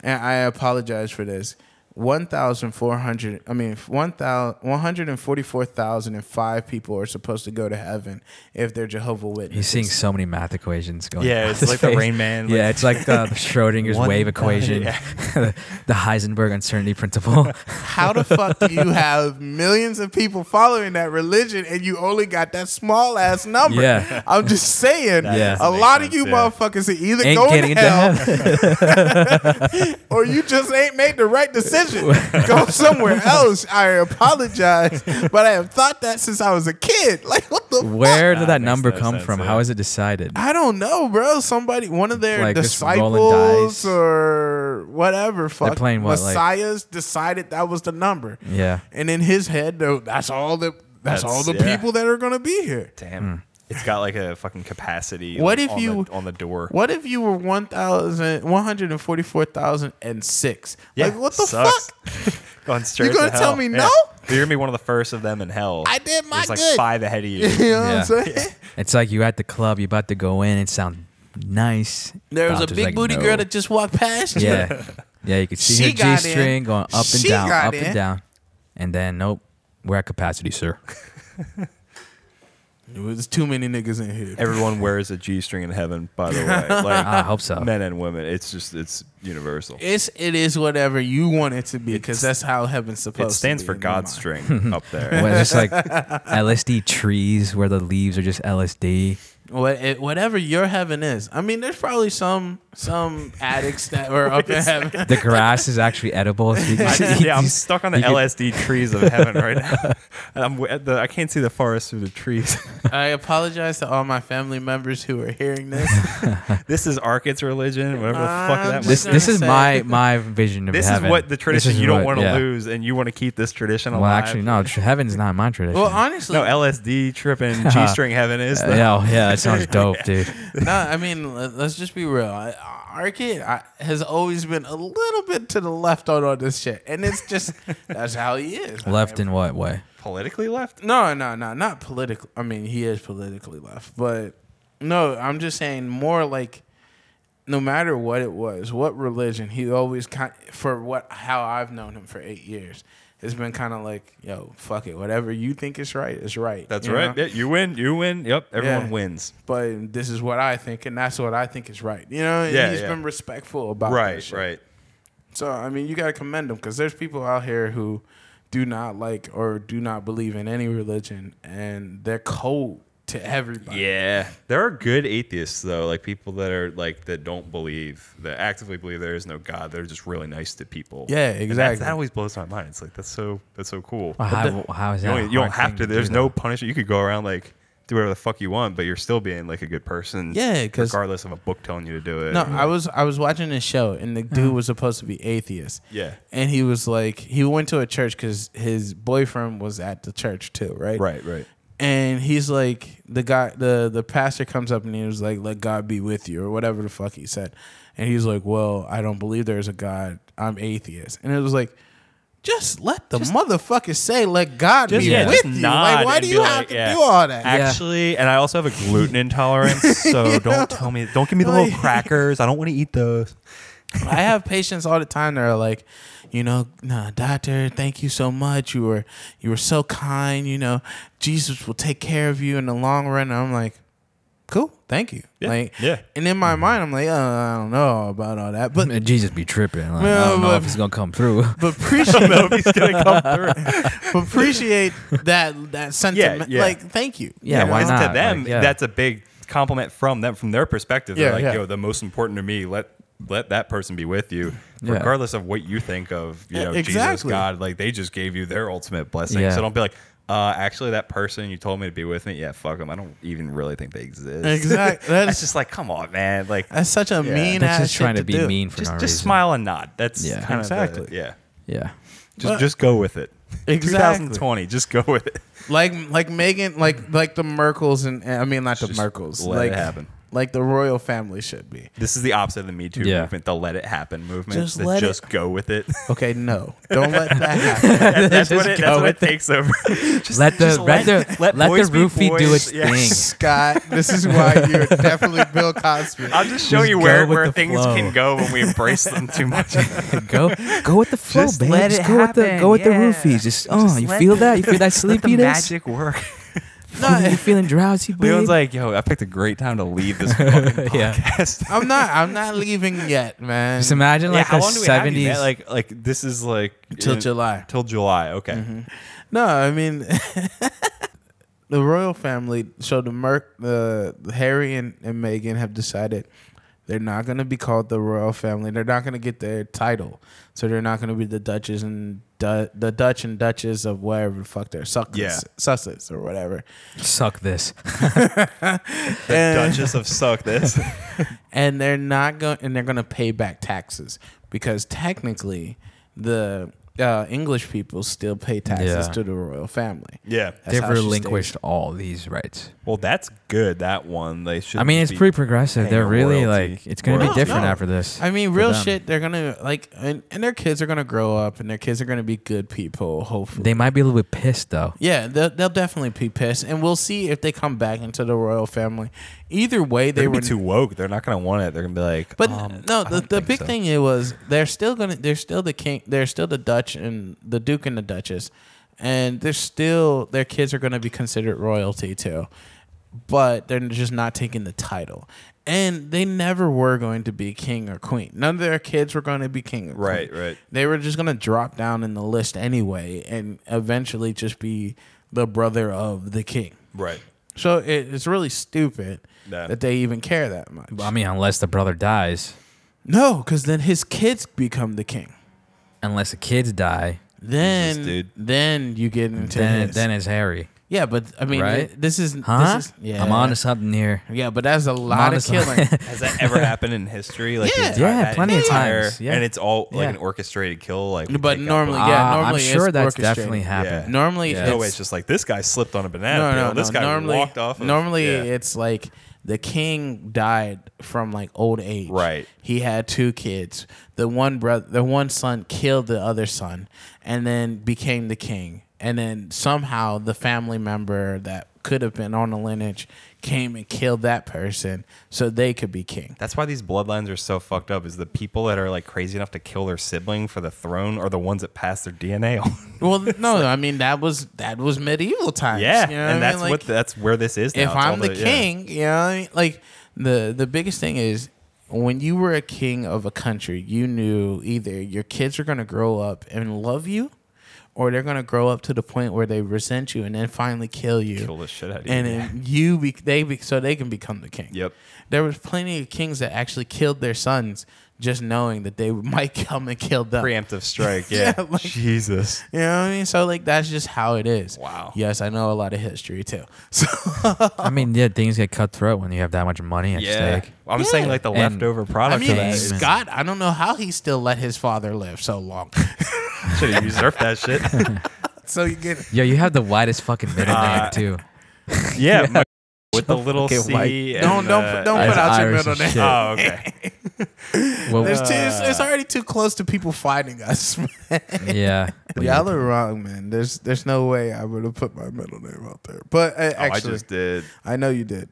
Speaker 3: and I apologize for this 1400 I mean 1000 144,005 people are supposed to go to heaven if they're Jehovah Witnesses.
Speaker 1: He's seeing so many math equations going.
Speaker 2: Yeah,
Speaker 1: on
Speaker 2: it's
Speaker 1: in his
Speaker 2: like the
Speaker 1: face.
Speaker 2: Rain Man, like-
Speaker 1: yeah, it's like the Schrodinger's
Speaker 2: One
Speaker 1: wave
Speaker 2: die,
Speaker 1: equation,
Speaker 2: yeah.
Speaker 1: the Heisenberg uncertainty principle.
Speaker 3: How the fuck do you have millions of people following that religion and you only got that small ass number?
Speaker 1: Yeah.
Speaker 3: I'm just saying,
Speaker 1: That Yeah.
Speaker 3: a
Speaker 2: doesn't make
Speaker 3: lot of
Speaker 2: sense,
Speaker 3: you
Speaker 2: yeah.
Speaker 3: motherfuckers are either
Speaker 1: Ain't
Speaker 3: going
Speaker 1: getting
Speaker 3: to
Speaker 1: into
Speaker 3: hell
Speaker 1: heaven.
Speaker 3: or you just ain't made the right decision. Go somewhere else. I apologize, but I have thought that since I was a kid. Like what the fuck?
Speaker 1: Where
Speaker 2: Nah,
Speaker 1: did
Speaker 2: it
Speaker 1: that
Speaker 2: makes
Speaker 1: number
Speaker 2: no
Speaker 1: come
Speaker 2: sense,
Speaker 1: from?
Speaker 2: yeah.
Speaker 1: How is it decided?
Speaker 3: I don't know, bro. Somebody, one of their
Speaker 1: Like, just rolling
Speaker 3: disciples
Speaker 1: dice.
Speaker 3: or whatever, fuck,
Speaker 1: playing what, like-
Speaker 3: messiahs decided that was the number.
Speaker 1: Yeah.
Speaker 3: and in his head, though, that's all the that's,
Speaker 2: That's-
Speaker 3: all the
Speaker 2: yeah.
Speaker 3: people that are gonna be here.
Speaker 1: Hmm.
Speaker 2: Damn. It's got like a fucking capacity.
Speaker 3: What
Speaker 2: like,
Speaker 3: if
Speaker 2: on
Speaker 3: you-
Speaker 2: the, on the door?
Speaker 3: What if you were 1,000 144,006? like what the
Speaker 2: sucks.
Speaker 3: fuck?
Speaker 2: Going straight.
Speaker 3: You gonna
Speaker 2: to
Speaker 3: tell
Speaker 2: hell.
Speaker 3: me
Speaker 2: Yeah.
Speaker 3: no?
Speaker 2: You're gonna be one of the first of them in hell.
Speaker 3: I did my
Speaker 2: There's like
Speaker 3: good.
Speaker 2: five ahead of you.
Speaker 3: You know what
Speaker 1: Yeah.
Speaker 3: I'm saying?
Speaker 1: It's like you at the club, you about to go in, it sounds nice.
Speaker 3: There was a
Speaker 1: Doctor's
Speaker 3: big
Speaker 1: like,
Speaker 3: booty
Speaker 1: "No."
Speaker 3: girl that just walked past you.
Speaker 1: Yeah. Yeah, you could see
Speaker 3: She
Speaker 1: her G
Speaker 3: got in.
Speaker 1: string going up and
Speaker 3: She
Speaker 1: down,
Speaker 3: got
Speaker 1: up
Speaker 3: in.
Speaker 1: and down. And then nope, we're at capacity, sir.
Speaker 3: There's too many niggas in here.
Speaker 2: Everyone wears a G string in heaven, by the way. Like
Speaker 1: I hope so.
Speaker 2: men and women. It's just it's universal.
Speaker 3: It's it is whatever you want it to be because that's how heaven's supposed.
Speaker 2: It stands
Speaker 3: to
Speaker 2: for
Speaker 3: be in my
Speaker 2: God
Speaker 3: mind.
Speaker 2: string up there.
Speaker 1: Well, it's just like LSD trees where the leaves are just LSD.
Speaker 3: What, it, whatever your heaven is. I mean, there's probably some some addicts that were up in heaven.
Speaker 1: The grass is actually edible. so you can
Speaker 2: I,
Speaker 1: eat
Speaker 2: yeah, I'm
Speaker 1: these-
Speaker 2: stuck on the
Speaker 1: you could-
Speaker 2: LSD trees of heaven right now. And I'm w- at the, I can't see the forest through the trees.
Speaker 3: I apologize to all my family members who are hearing this.
Speaker 2: this is Arkit's religion, whatever the fuck
Speaker 3: I'm
Speaker 2: that
Speaker 1: this
Speaker 2: was.
Speaker 3: just gonna
Speaker 1: this is
Speaker 3: say-
Speaker 1: my my vision of
Speaker 2: This
Speaker 1: heaven.
Speaker 2: is what the
Speaker 1: This
Speaker 2: tradition
Speaker 1: is
Speaker 2: you don't
Speaker 1: what-
Speaker 2: want to
Speaker 1: yeah.
Speaker 2: lose, and you want to keep this tradition
Speaker 1: Well,
Speaker 2: alive.
Speaker 1: actually, no. tr- Heaven's not my tradition.
Speaker 3: Well, honestly,
Speaker 2: No LSD tripping G string heaven is.
Speaker 1: Uh,
Speaker 2: though.
Speaker 1: yeah, oh, yeah, that sounds dope, dude.
Speaker 3: no, I mean, let- let's just be real. I- Our kid I, has always been a little bit to the left on all this shit, and it's just that's how he is.
Speaker 1: Left in what way?
Speaker 2: Politically left.
Speaker 3: No, no, no, not political. I mean, he is politically left, but no, I'm just saying more like no matter what it was, what religion, he always kind for what how I've known him for 8 years. It's been kind of like, yo, fuck it. Whatever you think is right is right.
Speaker 2: That's
Speaker 3: you
Speaker 2: right.
Speaker 3: know?
Speaker 2: Yeah, you win. You win. Yep. Everyone
Speaker 3: Yeah.
Speaker 2: wins.
Speaker 3: But this is what I think, and that's what I think is right. You know, and
Speaker 2: Yeah,
Speaker 3: he's
Speaker 2: yeah.
Speaker 3: been respectful about that
Speaker 2: Right.
Speaker 3: shit.
Speaker 2: Right.
Speaker 3: So I mean, you gotta commend them because there's people out here who do not like or do not believe in any religion, and they're cold to everybody.
Speaker 2: Yeah, there are good atheists though, like people that are like that don't believe that actively believe there is no God. They're just really nice to people.
Speaker 3: Yeah,
Speaker 2: And that's-
Speaker 3: exactly.
Speaker 2: That always blows my mind. It's like that's so that's so cool.
Speaker 1: Well, how, how is
Speaker 2: you,
Speaker 1: that?
Speaker 2: only-
Speaker 1: a
Speaker 2: you don't
Speaker 1: hard
Speaker 2: have
Speaker 1: thing
Speaker 2: to. There's
Speaker 1: do,
Speaker 2: no
Speaker 1: though?
Speaker 2: punishment. You could go around like do whatever the fuck you want, but you're still being like a good person.
Speaker 3: Yeah, 'cause-
Speaker 2: regardless of a book telling you to do it.
Speaker 3: No,
Speaker 2: or-
Speaker 3: I was I was watching this show, and the dude was supposed to be atheist.
Speaker 2: Yeah.
Speaker 3: and he was like, he went to a church because his boyfriend was at the church too, right?
Speaker 2: right, right.
Speaker 3: and he's like the guy the the pastor comes up and he was like let god be with you or whatever the fuck he said and he's like well i don't believe there's a god i'm atheist and it was like just let the motherfucker say let god be
Speaker 1: yeah,
Speaker 3: with
Speaker 2: just
Speaker 3: you
Speaker 2: nod
Speaker 3: like why
Speaker 2: and
Speaker 3: do
Speaker 2: be
Speaker 3: you
Speaker 2: like,
Speaker 3: have to
Speaker 2: yeah.
Speaker 3: do all that
Speaker 2: Actually, and I also have a gluten intolerance, so don't tell me, don't give me the little
Speaker 3: Like-
Speaker 2: crackers. I don't want to eat those.
Speaker 3: I have patients all the time that are like, you know, nah, doctor, thank you so much. You were you were so kind, you know, Jesus will take care of you in the long run. And I'm like, cool, thank you.
Speaker 2: Yeah,
Speaker 3: Like
Speaker 2: yeah.
Speaker 3: and in my mind I'm like, oh, I don't know about all that. But
Speaker 1: And Uh, Jesus be tripping. Like, I
Speaker 3: Well,
Speaker 1: don't know
Speaker 3: but-
Speaker 1: if it's gonna come through.
Speaker 3: but appreciate
Speaker 2: If he's gonna come through.
Speaker 3: appreciate that that sentiment.
Speaker 2: yeah.
Speaker 3: Like, thank you.
Speaker 1: Yeah,
Speaker 3: You
Speaker 1: why
Speaker 3: know?
Speaker 2: because
Speaker 1: not?
Speaker 2: To them,
Speaker 1: Like, yeah.
Speaker 2: that's a big compliment from them, from their perspective. They're
Speaker 3: Yeah,
Speaker 2: like,
Speaker 3: yeah.
Speaker 2: yo, the most important to me, let let that person be with you,
Speaker 1: Yeah. E,
Speaker 2: regardless of what you think of, you
Speaker 3: Yeah,
Speaker 2: know,
Speaker 3: exactly.
Speaker 2: Jesus, God. Like they just gave you their ultimate blessing.
Speaker 1: Yeah.
Speaker 2: So don't be like, uh, actually, that person you told me to be with me, yeah, fuck them. I don't even really think they exist.
Speaker 3: Exactly.
Speaker 2: that's
Speaker 3: That's
Speaker 2: just like, come on, man. Like,
Speaker 3: that's such a mean
Speaker 1: That's
Speaker 3: ass
Speaker 1: just
Speaker 3: shit
Speaker 1: trying to, be
Speaker 3: do.
Speaker 1: mean for
Speaker 2: just
Speaker 1: no
Speaker 2: just
Speaker 1: reason.
Speaker 2: smile and nod. That's
Speaker 1: Yeah.
Speaker 2: kind of
Speaker 3: Exactly.
Speaker 2: yeah.
Speaker 1: Yeah.
Speaker 2: Just
Speaker 3: But-
Speaker 2: just go with it.
Speaker 3: exactly.
Speaker 2: 2020. Just go with it.
Speaker 3: like like Megan, like like the Merkles and I mean not the Merkles,
Speaker 2: let
Speaker 3: like
Speaker 2: it happen.
Speaker 3: like the royal family should be.
Speaker 2: This is the opposite of the Me Too
Speaker 1: Yeah.
Speaker 2: movement, the let it happen movement.
Speaker 3: Just
Speaker 2: the
Speaker 3: let
Speaker 2: just go with it.
Speaker 3: Okay, no, don't let that happen.
Speaker 2: That- that's what
Speaker 1: Just
Speaker 2: it,
Speaker 1: go
Speaker 2: that's what it
Speaker 1: with it.
Speaker 2: takes over. Just-
Speaker 1: let the
Speaker 2: just
Speaker 1: let the let,
Speaker 2: boys
Speaker 1: the
Speaker 2: be
Speaker 1: roofie do
Speaker 2: boys.
Speaker 1: its
Speaker 2: Yeah.
Speaker 1: thing.
Speaker 3: Scott, this is why you're definitely Bill Cosby.
Speaker 2: I'll just show
Speaker 1: Just
Speaker 2: you
Speaker 1: go
Speaker 2: where,
Speaker 1: with
Speaker 2: where
Speaker 1: the
Speaker 2: things
Speaker 1: flow.
Speaker 2: can go when we embrace them too much.
Speaker 1: go go with the flow,
Speaker 2: Just
Speaker 1: babe.
Speaker 2: let
Speaker 1: just
Speaker 2: it
Speaker 1: go with the
Speaker 2: happen,
Speaker 1: go with
Speaker 2: yeah.
Speaker 1: the roofies. Just oh,
Speaker 2: Just
Speaker 1: you
Speaker 2: let
Speaker 1: feel
Speaker 2: the-
Speaker 1: that? You feel that sleepiness?
Speaker 2: work.
Speaker 1: you feeling drowsy, babe?
Speaker 2: Leon's like, yo, I picked a great time to leave this fucking
Speaker 1: Yeah.
Speaker 2: podcast.
Speaker 3: I'm not. I'm not leaving yet, man.
Speaker 1: just imagine like the
Speaker 2: we have you, man?
Speaker 1: seventies.
Speaker 2: Like, like this is like
Speaker 3: Till
Speaker 2: in-
Speaker 3: July.
Speaker 2: Till July. Okay.
Speaker 1: Mm-hmm.
Speaker 3: No, I mean the royal family. So the Merc, the Harry and, and Meghan have decided they're not going to be called the royal family. They're not going to get their title, so they're not going to be the Duchess and du- the Dutch and Duchess of wherever the fuck they're Sussex,
Speaker 2: Yeah.
Speaker 3: Sussex or whatever.
Speaker 1: Suck this.
Speaker 2: The Duchess of Suck this.
Speaker 3: and they're not going and they're going to pay back taxes because technically the uh, English people still pay taxes
Speaker 1: Yeah.
Speaker 3: to the royal family.
Speaker 2: yeah.
Speaker 3: That's
Speaker 1: They've
Speaker 3: how she
Speaker 1: relinquished all these rights.
Speaker 2: Well, that's good. That one they should.
Speaker 1: I mean, it's pretty progressive.
Speaker 2: paying
Speaker 1: They're really
Speaker 2: royalty.
Speaker 1: like it's gonna be
Speaker 2: Royalty.
Speaker 1: different
Speaker 3: No.
Speaker 1: after this.
Speaker 3: I mean, real
Speaker 1: them.
Speaker 3: shit. They're gonna like, and, and their kids are gonna grow up, and their kids are gonna be good people. Hopefully,
Speaker 1: they might be a little bit pissed though.
Speaker 3: yeah, they'll, they'll definitely be pissed, and we'll see if they come back into the royal family. Either way,
Speaker 2: They're
Speaker 3: they
Speaker 2: gonna
Speaker 3: were
Speaker 2: be too woke. They're not gonna want it. They're gonna be like,
Speaker 3: But
Speaker 2: um,
Speaker 3: no,
Speaker 2: I
Speaker 3: the,
Speaker 2: don't
Speaker 3: the
Speaker 2: think
Speaker 3: big
Speaker 2: so.
Speaker 3: thing it was they're still gonna they're still the king they're still the Dutch and the Duke and the Duchess, and they're still their kids are gonna be considered royalty too, but they're just not taking the title, and they never were going to be king or queen. None of their kids were going to be king or queen.
Speaker 2: Right, right.
Speaker 3: They were just gonna drop down in the list anyway, and eventually just be the brother of the king.
Speaker 2: Right.
Speaker 3: So it, it's really stupid
Speaker 2: Yeah.
Speaker 3: that they even care that much.
Speaker 1: I mean, unless the brother dies,
Speaker 3: No, because then his kids become the king.
Speaker 1: unless the kids die,
Speaker 3: Then,
Speaker 2: Jesus, dude.
Speaker 3: then you get into
Speaker 1: then
Speaker 3: his.
Speaker 1: then it's Harry.
Speaker 3: yeah, but I mean,
Speaker 1: Right?
Speaker 3: this is
Speaker 1: Huh?
Speaker 3: This is, yeah,
Speaker 1: I'm on to something here.
Speaker 3: Yeah, but that's a lot of
Speaker 1: onto some-
Speaker 3: killing.
Speaker 2: Has that ever happened in history? Like the
Speaker 3: Yeah.
Speaker 2: entire-
Speaker 1: Yeah,
Speaker 2: that
Speaker 1: plenty of
Speaker 2: entire-
Speaker 1: times. Yeah.
Speaker 2: And it's all like
Speaker 1: Yeah.
Speaker 2: an orchestrated kill. Like, we
Speaker 3: But
Speaker 2: pick up
Speaker 3: normally-
Speaker 2: on-
Speaker 3: Yeah,
Speaker 1: Ah,
Speaker 3: normally
Speaker 1: I'm
Speaker 3: it's
Speaker 1: sure that's
Speaker 3: orchestrated.
Speaker 1: definitely happened.
Speaker 3: normally,
Speaker 1: Yeah.
Speaker 3: it's,
Speaker 2: no, it's just like this guy slipped on a banana
Speaker 3: no,
Speaker 2: peel.
Speaker 3: no, no.
Speaker 2: this guy
Speaker 3: normally,
Speaker 2: walked off. Of,
Speaker 3: normally
Speaker 2: yeah.
Speaker 3: it's like the king died from like old age.
Speaker 2: Right.
Speaker 3: He had two kids. The one brother, the one son killed the other son, and then became the king. And then somehow the family member that could have been on the lineage came and killed that person, so they could be king.
Speaker 2: That's why these bloodlines are so fucked up. Is the people that are like crazy enough to kill their sibling for the throne are the ones that pass their DNA on.
Speaker 3: Well, no, I mean that was that was medieval times.
Speaker 2: yeah,
Speaker 3: you know
Speaker 2: and
Speaker 3: I mean?
Speaker 2: that's
Speaker 3: Like-
Speaker 2: what that's where this is. Now.
Speaker 3: if
Speaker 2: It's all
Speaker 3: I'm the,
Speaker 2: yeah.
Speaker 3: king, you know, what I mean? like the the biggest thing is when you were a king of a country, you knew either your kids are going to grow up and love you, or they're going to grow up to the point where they resent you and then finally kill you.
Speaker 2: kill the shit out of you.
Speaker 3: and then you be, they be, so they can become the king.
Speaker 2: Yep.
Speaker 3: There was plenty of kings that actually killed their sons just knowing that they might come and kill them.
Speaker 2: preemptive strike. Yeah,
Speaker 3: Yeah, like-
Speaker 2: Jesus.
Speaker 3: You know what I mean? So like that's just how it is.
Speaker 2: Wow.
Speaker 3: Yes, I know a lot of history too. So
Speaker 1: I mean, yeah, things get cutthroat when you have that much money at stake.
Speaker 2: I'm saying like the
Speaker 1: And-
Speaker 2: leftover product
Speaker 3: I mean,
Speaker 2: of that. is-
Speaker 3: Scott, I don't know how he still let his father live so long.
Speaker 2: Should have usurped that shit.
Speaker 3: so you get it.
Speaker 1: Yo, you have the widest fucking middle
Speaker 2: Uh,
Speaker 1: name too.
Speaker 2: yeah, my- with the little C.
Speaker 3: white.
Speaker 2: and uh,
Speaker 3: Don't- don't-
Speaker 2: the-
Speaker 3: don't
Speaker 1: That's
Speaker 3: put out your
Speaker 1: Irish
Speaker 3: middle
Speaker 1: as
Speaker 3: name.
Speaker 1: shit.
Speaker 2: Oh, okay.
Speaker 1: Well,
Speaker 3: There's too,
Speaker 2: uh,
Speaker 3: it's, it's already too close to people finding us. man.
Speaker 1: yeah.
Speaker 3: Y'all are wrong, man. There's there's no way I would have put my middle name out there. But uh,
Speaker 2: Oh, I
Speaker 3: actually, I,
Speaker 2: just did.
Speaker 3: know you did.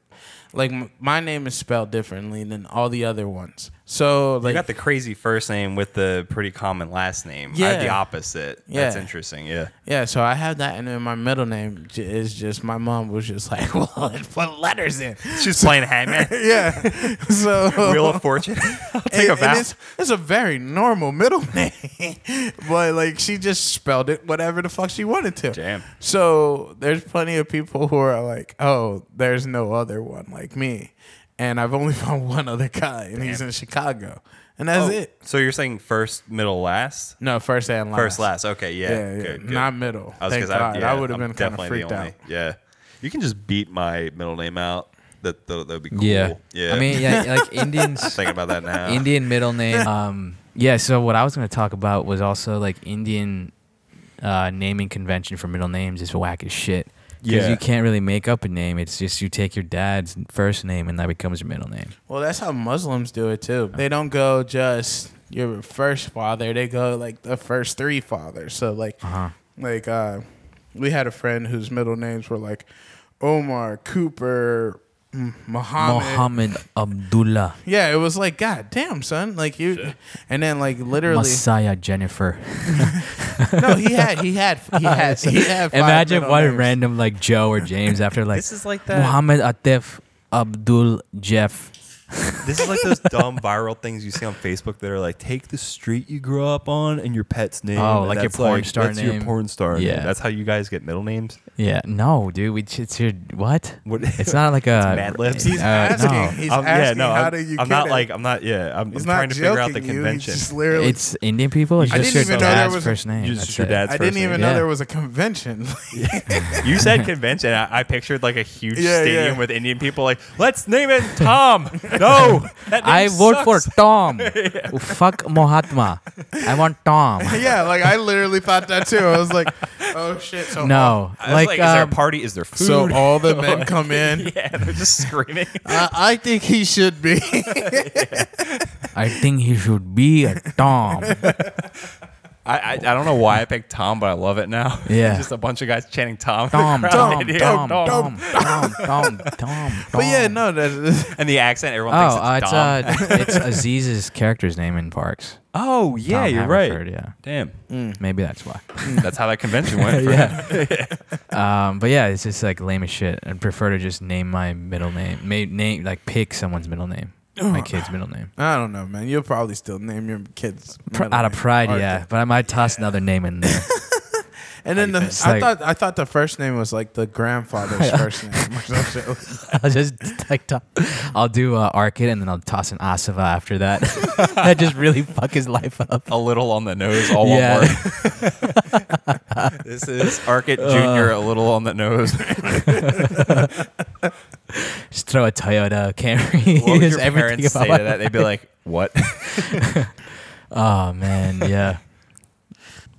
Speaker 3: Like m- my name is spelled differently than all the other ones. So
Speaker 2: You
Speaker 3: like
Speaker 2: got the crazy first name with the pretty common last name. I had the
Speaker 3: Yeah.
Speaker 2: opposite. That's
Speaker 3: Yeah.
Speaker 2: interesting. Yeah.
Speaker 3: Yeah, so I have that, and then my middle name j- is just my mom was just like, well, let's put letters in.
Speaker 2: She's playing Hangman.
Speaker 3: Yeah, so
Speaker 2: Wheel of Fortune. I'll take
Speaker 3: and-
Speaker 2: a
Speaker 3: and
Speaker 2: bow.
Speaker 3: it's, it's a very normal middle name, but like she just spelled it whatever the fuck she wanted to.
Speaker 2: Damn.
Speaker 3: So there's plenty of people who are like, oh, there's no other one like me, and I've only found one other guy, and he's in Chicago, and that's it.
Speaker 2: So you're saying first, middle, last?
Speaker 3: No, first and last.
Speaker 2: First, last. Okay, yeah.
Speaker 3: Yeah, yeah.
Speaker 2: Good, good.
Speaker 3: not middle.
Speaker 2: I was
Speaker 3: Thank
Speaker 2: 'cause I-
Speaker 3: God. I,
Speaker 2: yeah,
Speaker 3: would have
Speaker 2: I'm
Speaker 3: been kind of
Speaker 2: definitely the
Speaker 3: freaked out.
Speaker 2: only- Yeah. You can just beat my middle name out. That that would be cool.
Speaker 1: Yeah.
Speaker 2: Yeah.
Speaker 1: I mean, yeah, like Indians.
Speaker 2: thinking about that now.
Speaker 1: Indian middle name. Um, yeah. So what I was going to talk about was also like Indian uh, naming convention for middle names is whack as shit. Because
Speaker 2: Yeah.
Speaker 1: you can't really make up a name. It's just you take your dad's first name and that becomes your middle name.
Speaker 3: Well, that's how Muslims do it too. They don't go just your first father; they go like the first three fathers. So like,
Speaker 1: Uh-huh.
Speaker 3: like uh, we had a friend whose middle names were like Omar, Cooper, M- Muhammad.
Speaker 1: Muhammad Abdullah
Speaker 3: Yeah, it was like, God damn, son! Like you, and then like literally,
Speaker 1: Messiah Jennifer.
Speaker 3: no, he had, he had, he had, he had. Five
Speaker 1: Imagine
Speaker 3: middle
Speaker 1: one
Speaker 3: names.
Speaker 1: random like Joe or James after like
Speaker 2: this is like that.
Speaker 1: Muhammad Atif Abdul Jeff.
Speaker 2: This is like those dumb viral things you see on Facebook that are like, take the street you grew up on and your pet's name.
Speaker 1: Oh,
Speaker 2: and
Speaker 1: like your
Speaker 2: that's
Speaker 1: porn star
Speaker 2: that's
Speaker 1: name.
Speaker 2: your porn star. name.
Speaker 1: Yeah.
Speaker 2: that's how you guys get middle names.
Speaker 1: Yeah, no, dude, we it's your what?
Speaker 2: What?
Speaker 1: It's not like a
Speaker 2: Mad Libs.
Speaker 3: He's
Speaker 1: Uh,
Speaker 3: asking.
Speaker 1: no.
Speaker 3: He's
Speaker 2: I'm-
Speaker 3: asking.
Speaker 2: Um, I'm,
Speaker 3: how do you?
Speaker 2: I'm
Speaker 3: get
Speaker 2: not
Speaker 3: it?
Speaker 2: like I'm not. Yeah, I'm, I'm
Speaker 3: He's not
Speaker 2: trying to figure out the
Speaker 3: joking you,
Speaker 2: convention.
Speaker 3: He's just literally
Speaker 1: It's Indian people. It's
Speaker 3: I
Speaker 1: just your
Speaker 3: didn't even know there
Speaker 1: dad's
Speaker 3: was a-
Speaker 1: first name.
Speaker 2: It's just
Speaker 1: That's
Speaker 2: your
Speaker 1: it.
Speaker 2: dad's
Speaker 3: I
Speaker 2: first
Speaker 3: didn't even
Speaker 2: name.
Speaker 3: know
Speaker 1: Yeah.
Speaker 3: there was a convention.
Speaker 2: You said convention. I, I pictured like a huge
Speaker 3: Yeah,
Speaker 2: stadium
Speaker 3: yeah.
Speaker 2: with Indian people. Like, let's name it Tom. no, that name
Speaker 1: I vote for
Speaker 2: sucks."
Speaker 1: Tom. Oh, Fuck Mahatma. I want Tom.
Speaker 3: yeah, like I literally thought that too. I was like, oh shit. So
Speaker 1: No,
Speaker 2: I was
Speaker 1: like,
Speaker 2: is there a
Speaker 1: um,
Speaker 2: party? Is there food?
Speaker 3: so all the men come in.
Speaker 2: yeah, they're just screaming.
Speaker 3: I, I think he should be.
Speaker 1: I think he should be a Tom.
Speaker 2: I, I I don't know why I picked Tom, but I love it now.
Speaker 1: Yeah.
Speaker 2: just a bunch of guys chanting Tom. in the
Speaker 1: Tom,
Speaker 2: crowd.
Speaker 1: Tom,
Speaker 2: Yeah,
Speaker 1: Tom,
Speaker 2: Tom.
Speaker 1: Tom, Tom, Tom, Tom.
Speaker 3: but yeah, no, that's
Speaker 2: And the accent, everyone
Speaker 1: Oh,
Speaker 2: thinks
Speaker 1: uh,
Speaker 2: it's
Speaker 1: it's
Speaker 2: Dom.
Speaker 1: uh, it's Aziz's character's name in Parks.
Speaker 2: oh, yeah,
Speaker 1: Tom
Speaker 2: you're
Speaker 1: Haverford,
Speaker 2: right.
Speaker 1: Yeah,
Speaker 2: Damn,
Speaker 1: maybe that's why.
Speaker 2: that's how that convention went. For him.
Speaker 1: yeah. um, but yeah, it's just like lame as shit. I'd prefer to just name my middle name, may, name like pick someone's middle name, my kid's middle name.
Speaker 3: I don't know, man. You'll probably still name your kids
Speaker 1: Pr-
Speaker 3: middle
Speaker 1: out of
Speaker 3: name.
Speaker 1: pride,
Speaker 3: Or-
Speaker 1: yeah. But I might toss another name in there.
Speaker 3: And then the,
Speaker 1: It's
Speaker 3: I
Speaker 1: like-
Speaker 3: thought I thought the first name was like the grandfather's first name. or something.
Speaker 1: I'll just like to- I'll do uh, Arcade and then I'll toss an Asava after that. that just really fuck his life up.
Speaker 2: a little on the nose, all Oh, one
Speaker 1: Yeah.
Speaker 2: word. this is Arkett
Speaker 1: Uh,
Speaker 2: Junior, a little on the nose.
Speaker 1: Just throw a Toyota Camry.
Speaker 2: What would
Speaker 1: Just
Speaker 2: your
Speaker 1: everything
Speaker 2: parents
Speaker 1: about
Speaker 2: say
Speaker 1: my-
Speaker 2: to that? They'd be like, "What?
Speaker 1: Oh man, yeah.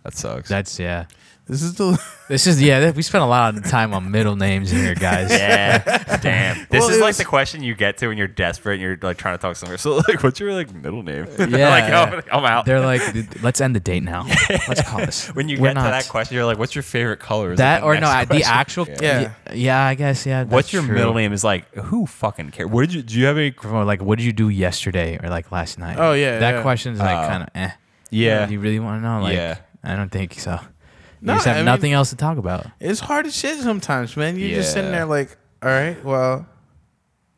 Speaker 2: That sucks."
Speaker 1: That's yeah.
Speaker 3: this is the
Speaker 1: This is yeah. We spent a lot of time on middle names here, guys.
Speaker 2: yeah, damn. This
Speaker 3: Well,
Speaker 2: is
Speaker 3: it
Speaker 2: like
Speaker 3: was-
Speaker 2: the question you get to when you're desperate and you're like trying to talk to someone. So like, what's your like middle name? Yeah,
Speaker 1: Yeah.
Speaker 2: I'm out.
Speaker 1: They're like, let's end the date now. Let's call this.
Speaker 2: when you
Speaker 1: We're
Speaker 2: get to
Speaker 1: not-
Speaker 2: that question, you're like, "What's your favorite color?" Is
Speaker 1: that
Speaker 2: like
Speaker 1: or no,
Speaker 2: next
Speaker 1: I- the
Speaker 2: question.
Speaker 1: actual.
Speaker 3: Yeah.
Speaker 1: Yeah. yeah, I guess yeah.
Speaker 2: What's
Speaker 1: that's
Speaker 2: your
Speaker 1: true.
Speaker 2: middle name is like who fucking cares? What did you do? You have any?
Speaker 1: Or, like, what did you do yesterday or like last night?
Speaker 3: Oh, yeah,
Speaker 1: that
Speaker 3: yeah.
Speaker 1: question's like
Speaker 2: Oh.
Speaker 1: kind of eh.
Speaker 2: Yeah,
Speaker 1: Do you really want to know? Like,
Speaker 2: Yeah.
Speaker 1: I don't think so. You
Speaker 3: No,
Speaker 1: just have
Speaker 3: I mean-
Speaker 1: nothing else to talk about.
Speaker 3: it's hard as shit sometimes, man. You're just sitting
Speaker 2: Yeah.
Speaker 3: there like, all right, well,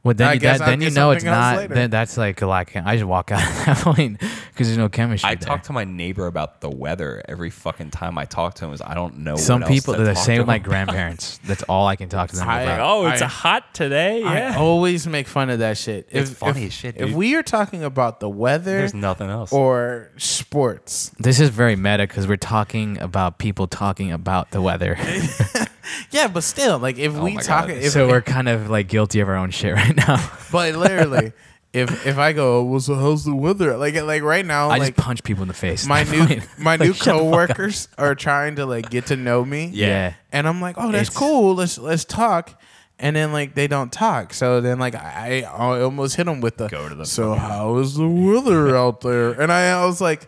Speaker 1: Well, then
Speaker 3: I
Speaker 1: you,
Speaker 3: guess
Speaker 1: that,
Speaker 3: I'll
Speaker 1: then you
Speaker 3: get
Speaker 1: know it's
Speaker 3: something else
Speaker 1: not.
Speaker 3: later.
Speaker 1: Then that's like a lack. I just walk out at that point because there's no chemistry.
Speaker 2: I
Speaker 1: there.
Speaker 2: talk to my neighbor about the weather every fucking time I talk to him. Is I don't know.
Speaker 1: some
Speaker 2: what else
Speaker 1: people.
Speaker 2: to
Speaker 1: They're the
Speaker 2: talk
Speaker 1: same
Speaker 2: to
Speaker 1: with my
Speaker 2: him.
Speaker 1: grandparents. That's all I can talk to them
Speaker 3: I-
Speaker 1: about.
Speaker 5: Oh, it's
Speaker 3: I-
Speaker 5: a hot today.
Speaker 3: I
Speaker 5: Yeah.
Speaker 3: always make fun of that shit.
Speaker 2: It's funny
Speaker 3: if,
Speaker 2: as shit,
Speaker 3: If
Speaker 2: dude.
Speaker 3: we are talking about the weather
Speaker 2: There's nothing else.
Speaker 3: or sports,
Speaker 1: This is very meta because we're talking about people talking about the weather.
Speaker 3: yeah, but still, like if we
Speaker 2: Oh my
Speaker 3: talk,
Speaker 2: God.
Speaker 3: if,
Speaker 1: so we're kind of like guilty of our own shit right now.
Speaker 3: but literally, if if I go, well, so how's the weather? Like like right now,
Speaker 1: I
Speaker 3: like
Speaker 1: just punch people in the face.
Speaker 3: my
Speaker 1: at that
Speaker 3: new
Speaker 1: point.
Speaker 3: my
Speaker 1: Like,
Speaker 3: new
Speaker 1: shut the fuck up.
Speaker 3: coworkers are trying to like get to know me.
Speaker 1: Yeah.
Speaker 3: and I'm like, oh, that's
Speaker 1: It's-
Speaker 3: cool. Let's let's talk. And then like they don't talk, so then like I, I almost hit them with the.
Speaker 2: Go to the
Speaker 3: so how is the weather out there? And I, I was like,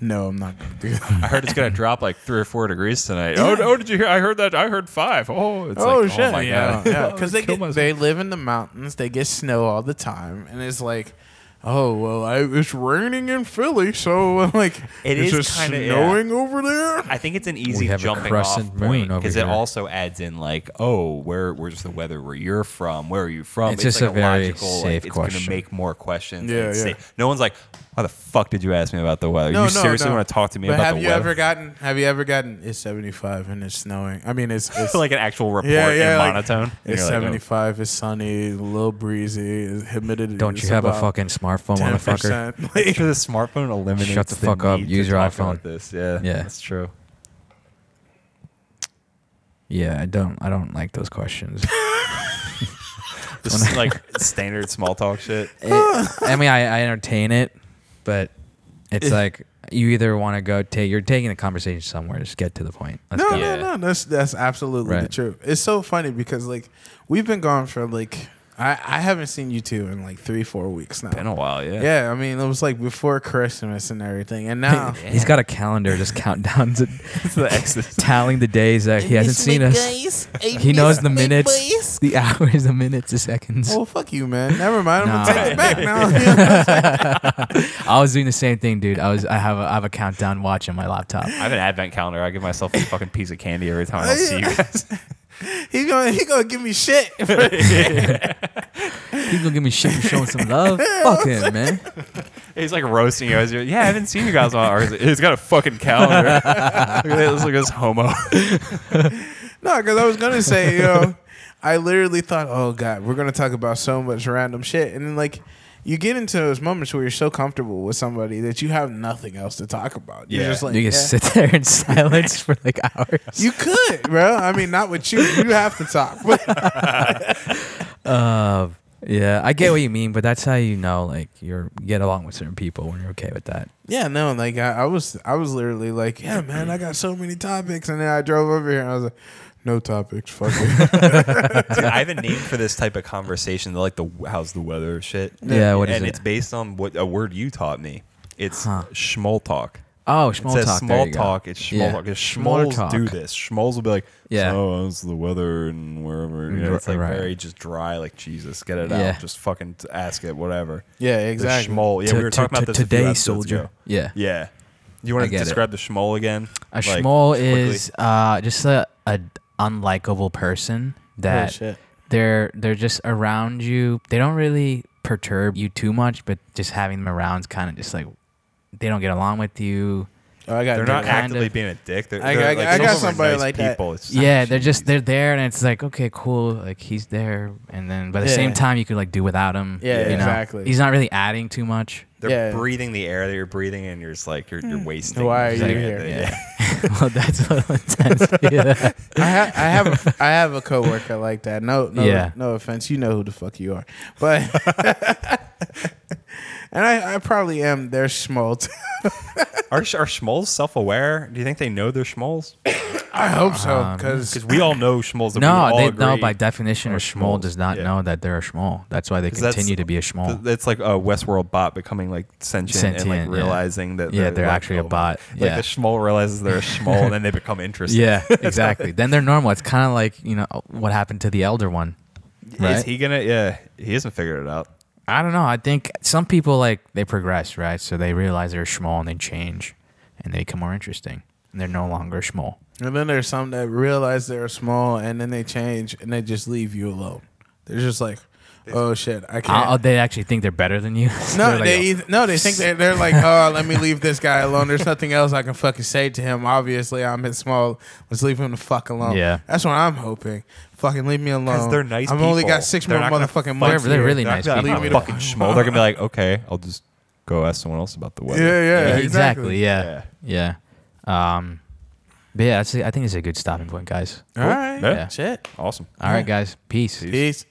Speaker 3: no, I'm not gonna do that.
Speaker 2: I heard it's gonna drop like three or four degrees tonight. Oh, oh, did you hear? I heard that. I heard five. Oh, it's
Speaker 3: oh
Speaker 2: like,
Speaker 3: shit!
Speaker 2: Oh my
Speaker 3: yeah,
Speaker 2: god.
Speaker 3: Because they
Speaker 2: Kill
Speaker 3: get,
Speaker 2: myself.
Speaker 3: they live in the mountains, they get snow all the time, and it's like, oh well, I, it's raining in Philly, so I'm like
Speaker 2: It
Speaker 3: it's
Speaker 2: is
Speaker 3: just
Speaker 2: kinda- yeah.
Speaker 3: snowing over there.
Speaker 2: I think it's an easy
Speaker 1: have a
Speaker 2: jumping
Speaker 1: crescent
Speaker 2: off
Speaker 1: moon
Speaker 2: point
Speaker 1: over
Speaker 2: because it
Speaker 1: here.
Speaker 2: also adds in like, oh, where where's the weather where you're from? Where are you from?
Speaker 1: It's just
Speaker 2: like
Speaker 1: a very
Speaker 2: like,
Speaker 1: safe
Speaker 2: it's
Speaker 1: question.
Speaker 2: gonna make more questions.
Speaker 3: Yeah,
Speaker 2: It's
Speaker 3: yeah.
Speaker 2: safe. No one's like, why the fuck did you ask me about the weather? you
Speaker 3: No, no,
Speaker 2: seriously
Speaker 3: no.
Speaker 2: want to talk to me
Speaker 3: But
Speaker 2: about
Speaker 3: have
Speaker 2: the
Speaker 3: you
Speaker 2: weather?
Speaker 3: ever gotten? Have you ever gotten? It's 75 and it's snowing. I mean, it's it's
Speaker 2: like an actual report
Speaker 3: Yeah, yeah,
Speaker 2: in
Speaker 3: like,
Speaker 2: monotone. And
Speaker 3: It's
Speaker 2: you're like, oh.
Speaker 3: 75. It's sunny, a little breezy. it's Humidity.
Speaker 1: Don't you
Speaker 3: is
Speaker 1: have a
Speaker 3: about
Speaker 1: fucking smartphone, motherfucker?
Speaker 3: 10%. Like,
Speaker 2: Sure, the smartphone eliminates.
Speaker 1: Shut the fuck up,
Speaker 2: need
Speaker 1: use
Speaker 2: to
Speaker 1: your
Speaker 2: talk
Speaker 1: iPhone.
Speaker 2: about This, yeah,
Speaker 1: Yeah.
Speaker 2: that's true.
Speaker 1: Yeah, I don't. I don't like those questions.
Speaker 2: Just like standard small talk shit.
Speaker 1: It- I mean, I, I entertain it, but it's like you either want to go take you're taking the conversation somewhere. Just get to the point. Let's
Speaker 3: no,
Speaker 1: go.
Speaker 4: Yeah.
Speaker 3: no, no. That's that's absolutely the
Speaker 1: Right.
Speaker 3: truth. It's so funny because like we've been gone for like I I haven't seen you two in like three four weeks now.
Speaker 2: Been a while, yeah.
Speaker 3: yeah, I mean it was like before Christmas and everything, and now
Speaker 1: He's got a calendar, just countdowns, and tallying the days that he hasn't seen us. He knows the minutes, the hours, the minutes, the seconds.
Speaker 3: Oh fuck you, man! Never mind. I'm
Speaker 1: Nah.
Speaker 3: gonna take it back now.
Speaker 1: I was doing the same thing, dude. I was I have a I have a countdown watch on my laptop.
Speaker 2: I have an advent calendar. I give myself a fucking piece of candy every time I see you guys.
Speaker 3: he gonna he gonna give me shit.
Speaker 1: He's gonna give me shit for showing some love. Fuck him, man.
Speaker 2: He's like roasting you. As you're, yeah, I haven't seen you guys in a while. He's got a fucking calendar. look at this, look at this homo.
Speaker 3: No, because I was gonna say, you know, I literally thought, oh god, we're gonna talk about so much random shit, and then like you get into those moments where you're so comfortable with somebody that you have nothing else to talk about. You're
Speaker 2: Yeah.
Speaker 3: just like,
Speaker 1: You
Speaker 3: yeah.
Speaker 1: can sit there in silence for like hours.
Speaker 3: you could, bro. I mean, not with you. You have to talk. But
Speaker 1: Uh, yeah, I get what you mean, but that's how you know like you're you get along with certain people when you're okay with that.
Speaker 3: yeah, no, like I, I was, I was literally like, yeah, man, I got so many topics, and then I drove over here and I was like, no topics, fuck it.
Speaker 2: Dude, I have a name for this type of conversation. Like the how's the weather shit.
Speaker 1: Yeah, what is
Speaker 2: and
Speaker 1: it?
Speaker 2: it's based on what a word you taught me. It's
Speaker 1: Huh.
Speaker 2: schmoll talk.
Speaker 1: oh, small
Speaker 2: it says
Speaker 1: talk. there
Speaker 2: small
Speaker 1: you go.
Speaker 2: talk. It's schmoll
Speaker 1: Yeah.
Speaker 2: talk. 'Cause
Speaker 1: Small
Speaker 2: schmolls
Speaker 1: talk.
Speaker 2: do this. Schmolls will be like,
Speaker 1: Yeah.
Speaker 2: so how's the weather and wherever. You know, it's like
Speaker 1: Right.
Speaker 2: very just dry. Like Jesus, get it
Speaker 1: Yeah.
Speaker 2: out. Just fucking t- ask it. Whatever.
Speaker 3: yeah,
Speaker 2: The
Speaker 3: exactly.
Speaker 2: schmoll. Yeah,
Speaker 1: To-
Speaker 2: we were
Speaker 1: to-
Speaker 2: talking
Speaker 1: to-
Speaker 2: about this a few
Speaker 1: today,
Speaker 2: episodes
Speaker 1: soldier.
Speaker 2: ago.
Speaker 1: Yeah.
Speaker 2: Yeah. You
Speaker 1: I
Speaker 2: want to
Speaker 1: get it.
Speaker 2: describe the schmoll again?
Speaker 1: A
Speaker 2: Like,
Speaker 1: schmoll
Speaker 2: quickly.
Speaker 1: is uh, just a, a unlikable person
Speaker 3: Oh,
Speaker 1: that
Speaker 3: shit.
Speaker 1: they're they're just around you. They don't really perturb you too much, but just having them around is kind of just like they don't get along with you.
Speaker 3: Oh, I got
Speaker 2: They're not
Speaker 3: different-
Speaker 1: Kind
Speaker 2: actively
Speaker 1: of.
Speaker 2: being a dick. They're,
Speaker 3: I-
Speaker 2: they're,
Speaker 3: I-
Speaker 2: like, some
Speaker 3: I got
Speaker 2: of them are
Speaker 3: somebody
Speaker 2: nice
Speaker 3: like that.
Speaker 2: people. It's-
Speaker 1: yeah, they're just they're there, and it's like okay, cool. Like he's there, and then but at the same
Speaker 3: Yeah.
Speaker 1: time, you could like do without him.
Speaker 3: Yeah,
Speaker 1: you know?
Speaker 3: exactly.
Speaker 1: He's not really adding too much.
Speaker 2: They're
Speaker 3: Yeah.
Speaker 2: breathing the air that you're breathing, and you're just like you're,
Speaker 1: Hmm.
Speaker 2: you're wasting.
Speaker 3: Why are
Speaker 2: It's like-
Speaker 3: you here?
Speaker 2: Yeah.
Speaker 1: well, that's what intense. Yeah.
Speaker 3: I, ha- I have a, I have a coworker like that. No, no,
Speaker 1: Yeah.
Speaker 3: no offense. You know who the fuck you are, but and I, I probably am their schmolt.
Speaker 2: Are sh- are schmoles self aware? Do you think they know they're schmoles?
Speaker 3: I hope
Speaker 1: Ah,
Speaker 3: so because
Speaker 2: Because we all know schmoles. That we
Speaker 1: No,
Speaker 2: all
Speaker 1: they
Speaker 2: agree.
Speaker 1: no by definition
Speaker 2: are
Speaker 1: a schmoll
Speaker 2: schmoles.
Speaker 1: does not
Speaker 2: Yeah.
Speaker 1: know that they're a schmoll. That's why they
Speaker 2: 'Cause that's-
Speaker 1: continue to be a schmoll.
Speaker 2: Th- That's like a Westworld bot becoming like sentient, and
Speaker 1: Sentient,
Speaker 2: like
Speaker 1: yeah.
Speaker 2: realizing that
Speaker 1: Yeah, they're
Speaker 2: like,
Speaker 1: actually a
Speaker 2: oh,
Speaker 1: bot,
Speaker 2: Like
Speaker 1: yeah.
Speaker 2: the schmole realizes they're a schmole, and then they become interested.
Speaker 1: Yeah, exactly. then they're normal. It's kind of like you know what happened to the elder one.
Speaker 2: Is
Speaker 1: Right?
Speaker 2: he gonna? Yeah, he hasn't figured it out.
Speaker 1: I don't know. I think some people like they progress, right? So they realize they're schmoll and they change, and they become more interesting, and they're no longer schmoll.
Speaker 3: and then there's some that realize they're small and then they change and they just leave you alone. They're just like, oh shit, I can't.
Speaker 1: Uh, they actually think they're better than you. So
Speaker 3: no,
Speaker 1: they're like,
Speaker 3: they
Speaker 1: "Oh,
Speaker 3: either, no, they think they're, they're like, oh, let me leave this guy alone. There's nothing else I can fucking say to him. Obviously, I'm his small. Let's leave him the fuck alone.
Speaker 1: Yeah.
Speaker 3: that's what I'm hoping. Fucking leave me alone.
Speaker 2: Because they're nice.
Speaker 3: I've only
Speaker 2: people.
Speaker 3: got six
Speaker 2: They're
Speaker 3: more
Speaker 2: not gonna
Speaker 3: motherfucking
Speaker 2: fuck
Speaker 1: they're,
Speaker 3: months.
Speaker 1: they're
Speaker 3: here.
Speaker 1: really
Speaker 2: They're
Speaker 1: nice
Speaker 2: not gonna
Speaker 1: people.
Speaker 2: be like,
Speaker 3: Leave me
Speaker 2: "I'm a
Speaker 3: to-
Speaker 2: fucking schmoll. They're gonna be like, okay, I'll just go ask someone else about the
Speaker 3: Yeah,
Speaker 2: weather.
Speaker 3: yeah,
Speaker 1: Yeah, exactly.
Speaker 3: exactly.
Speaker 1: Yeah, yeah. Um, but yeah, that's, I think it's a good stopping point, guys.
Speaker 3: All right.
Speaker 2: Yeah.
Speaker 3: Shit.
Speaker 2: Awesome.
Speaker 1: All right, guys. Peace.
Speaker 3: Peace.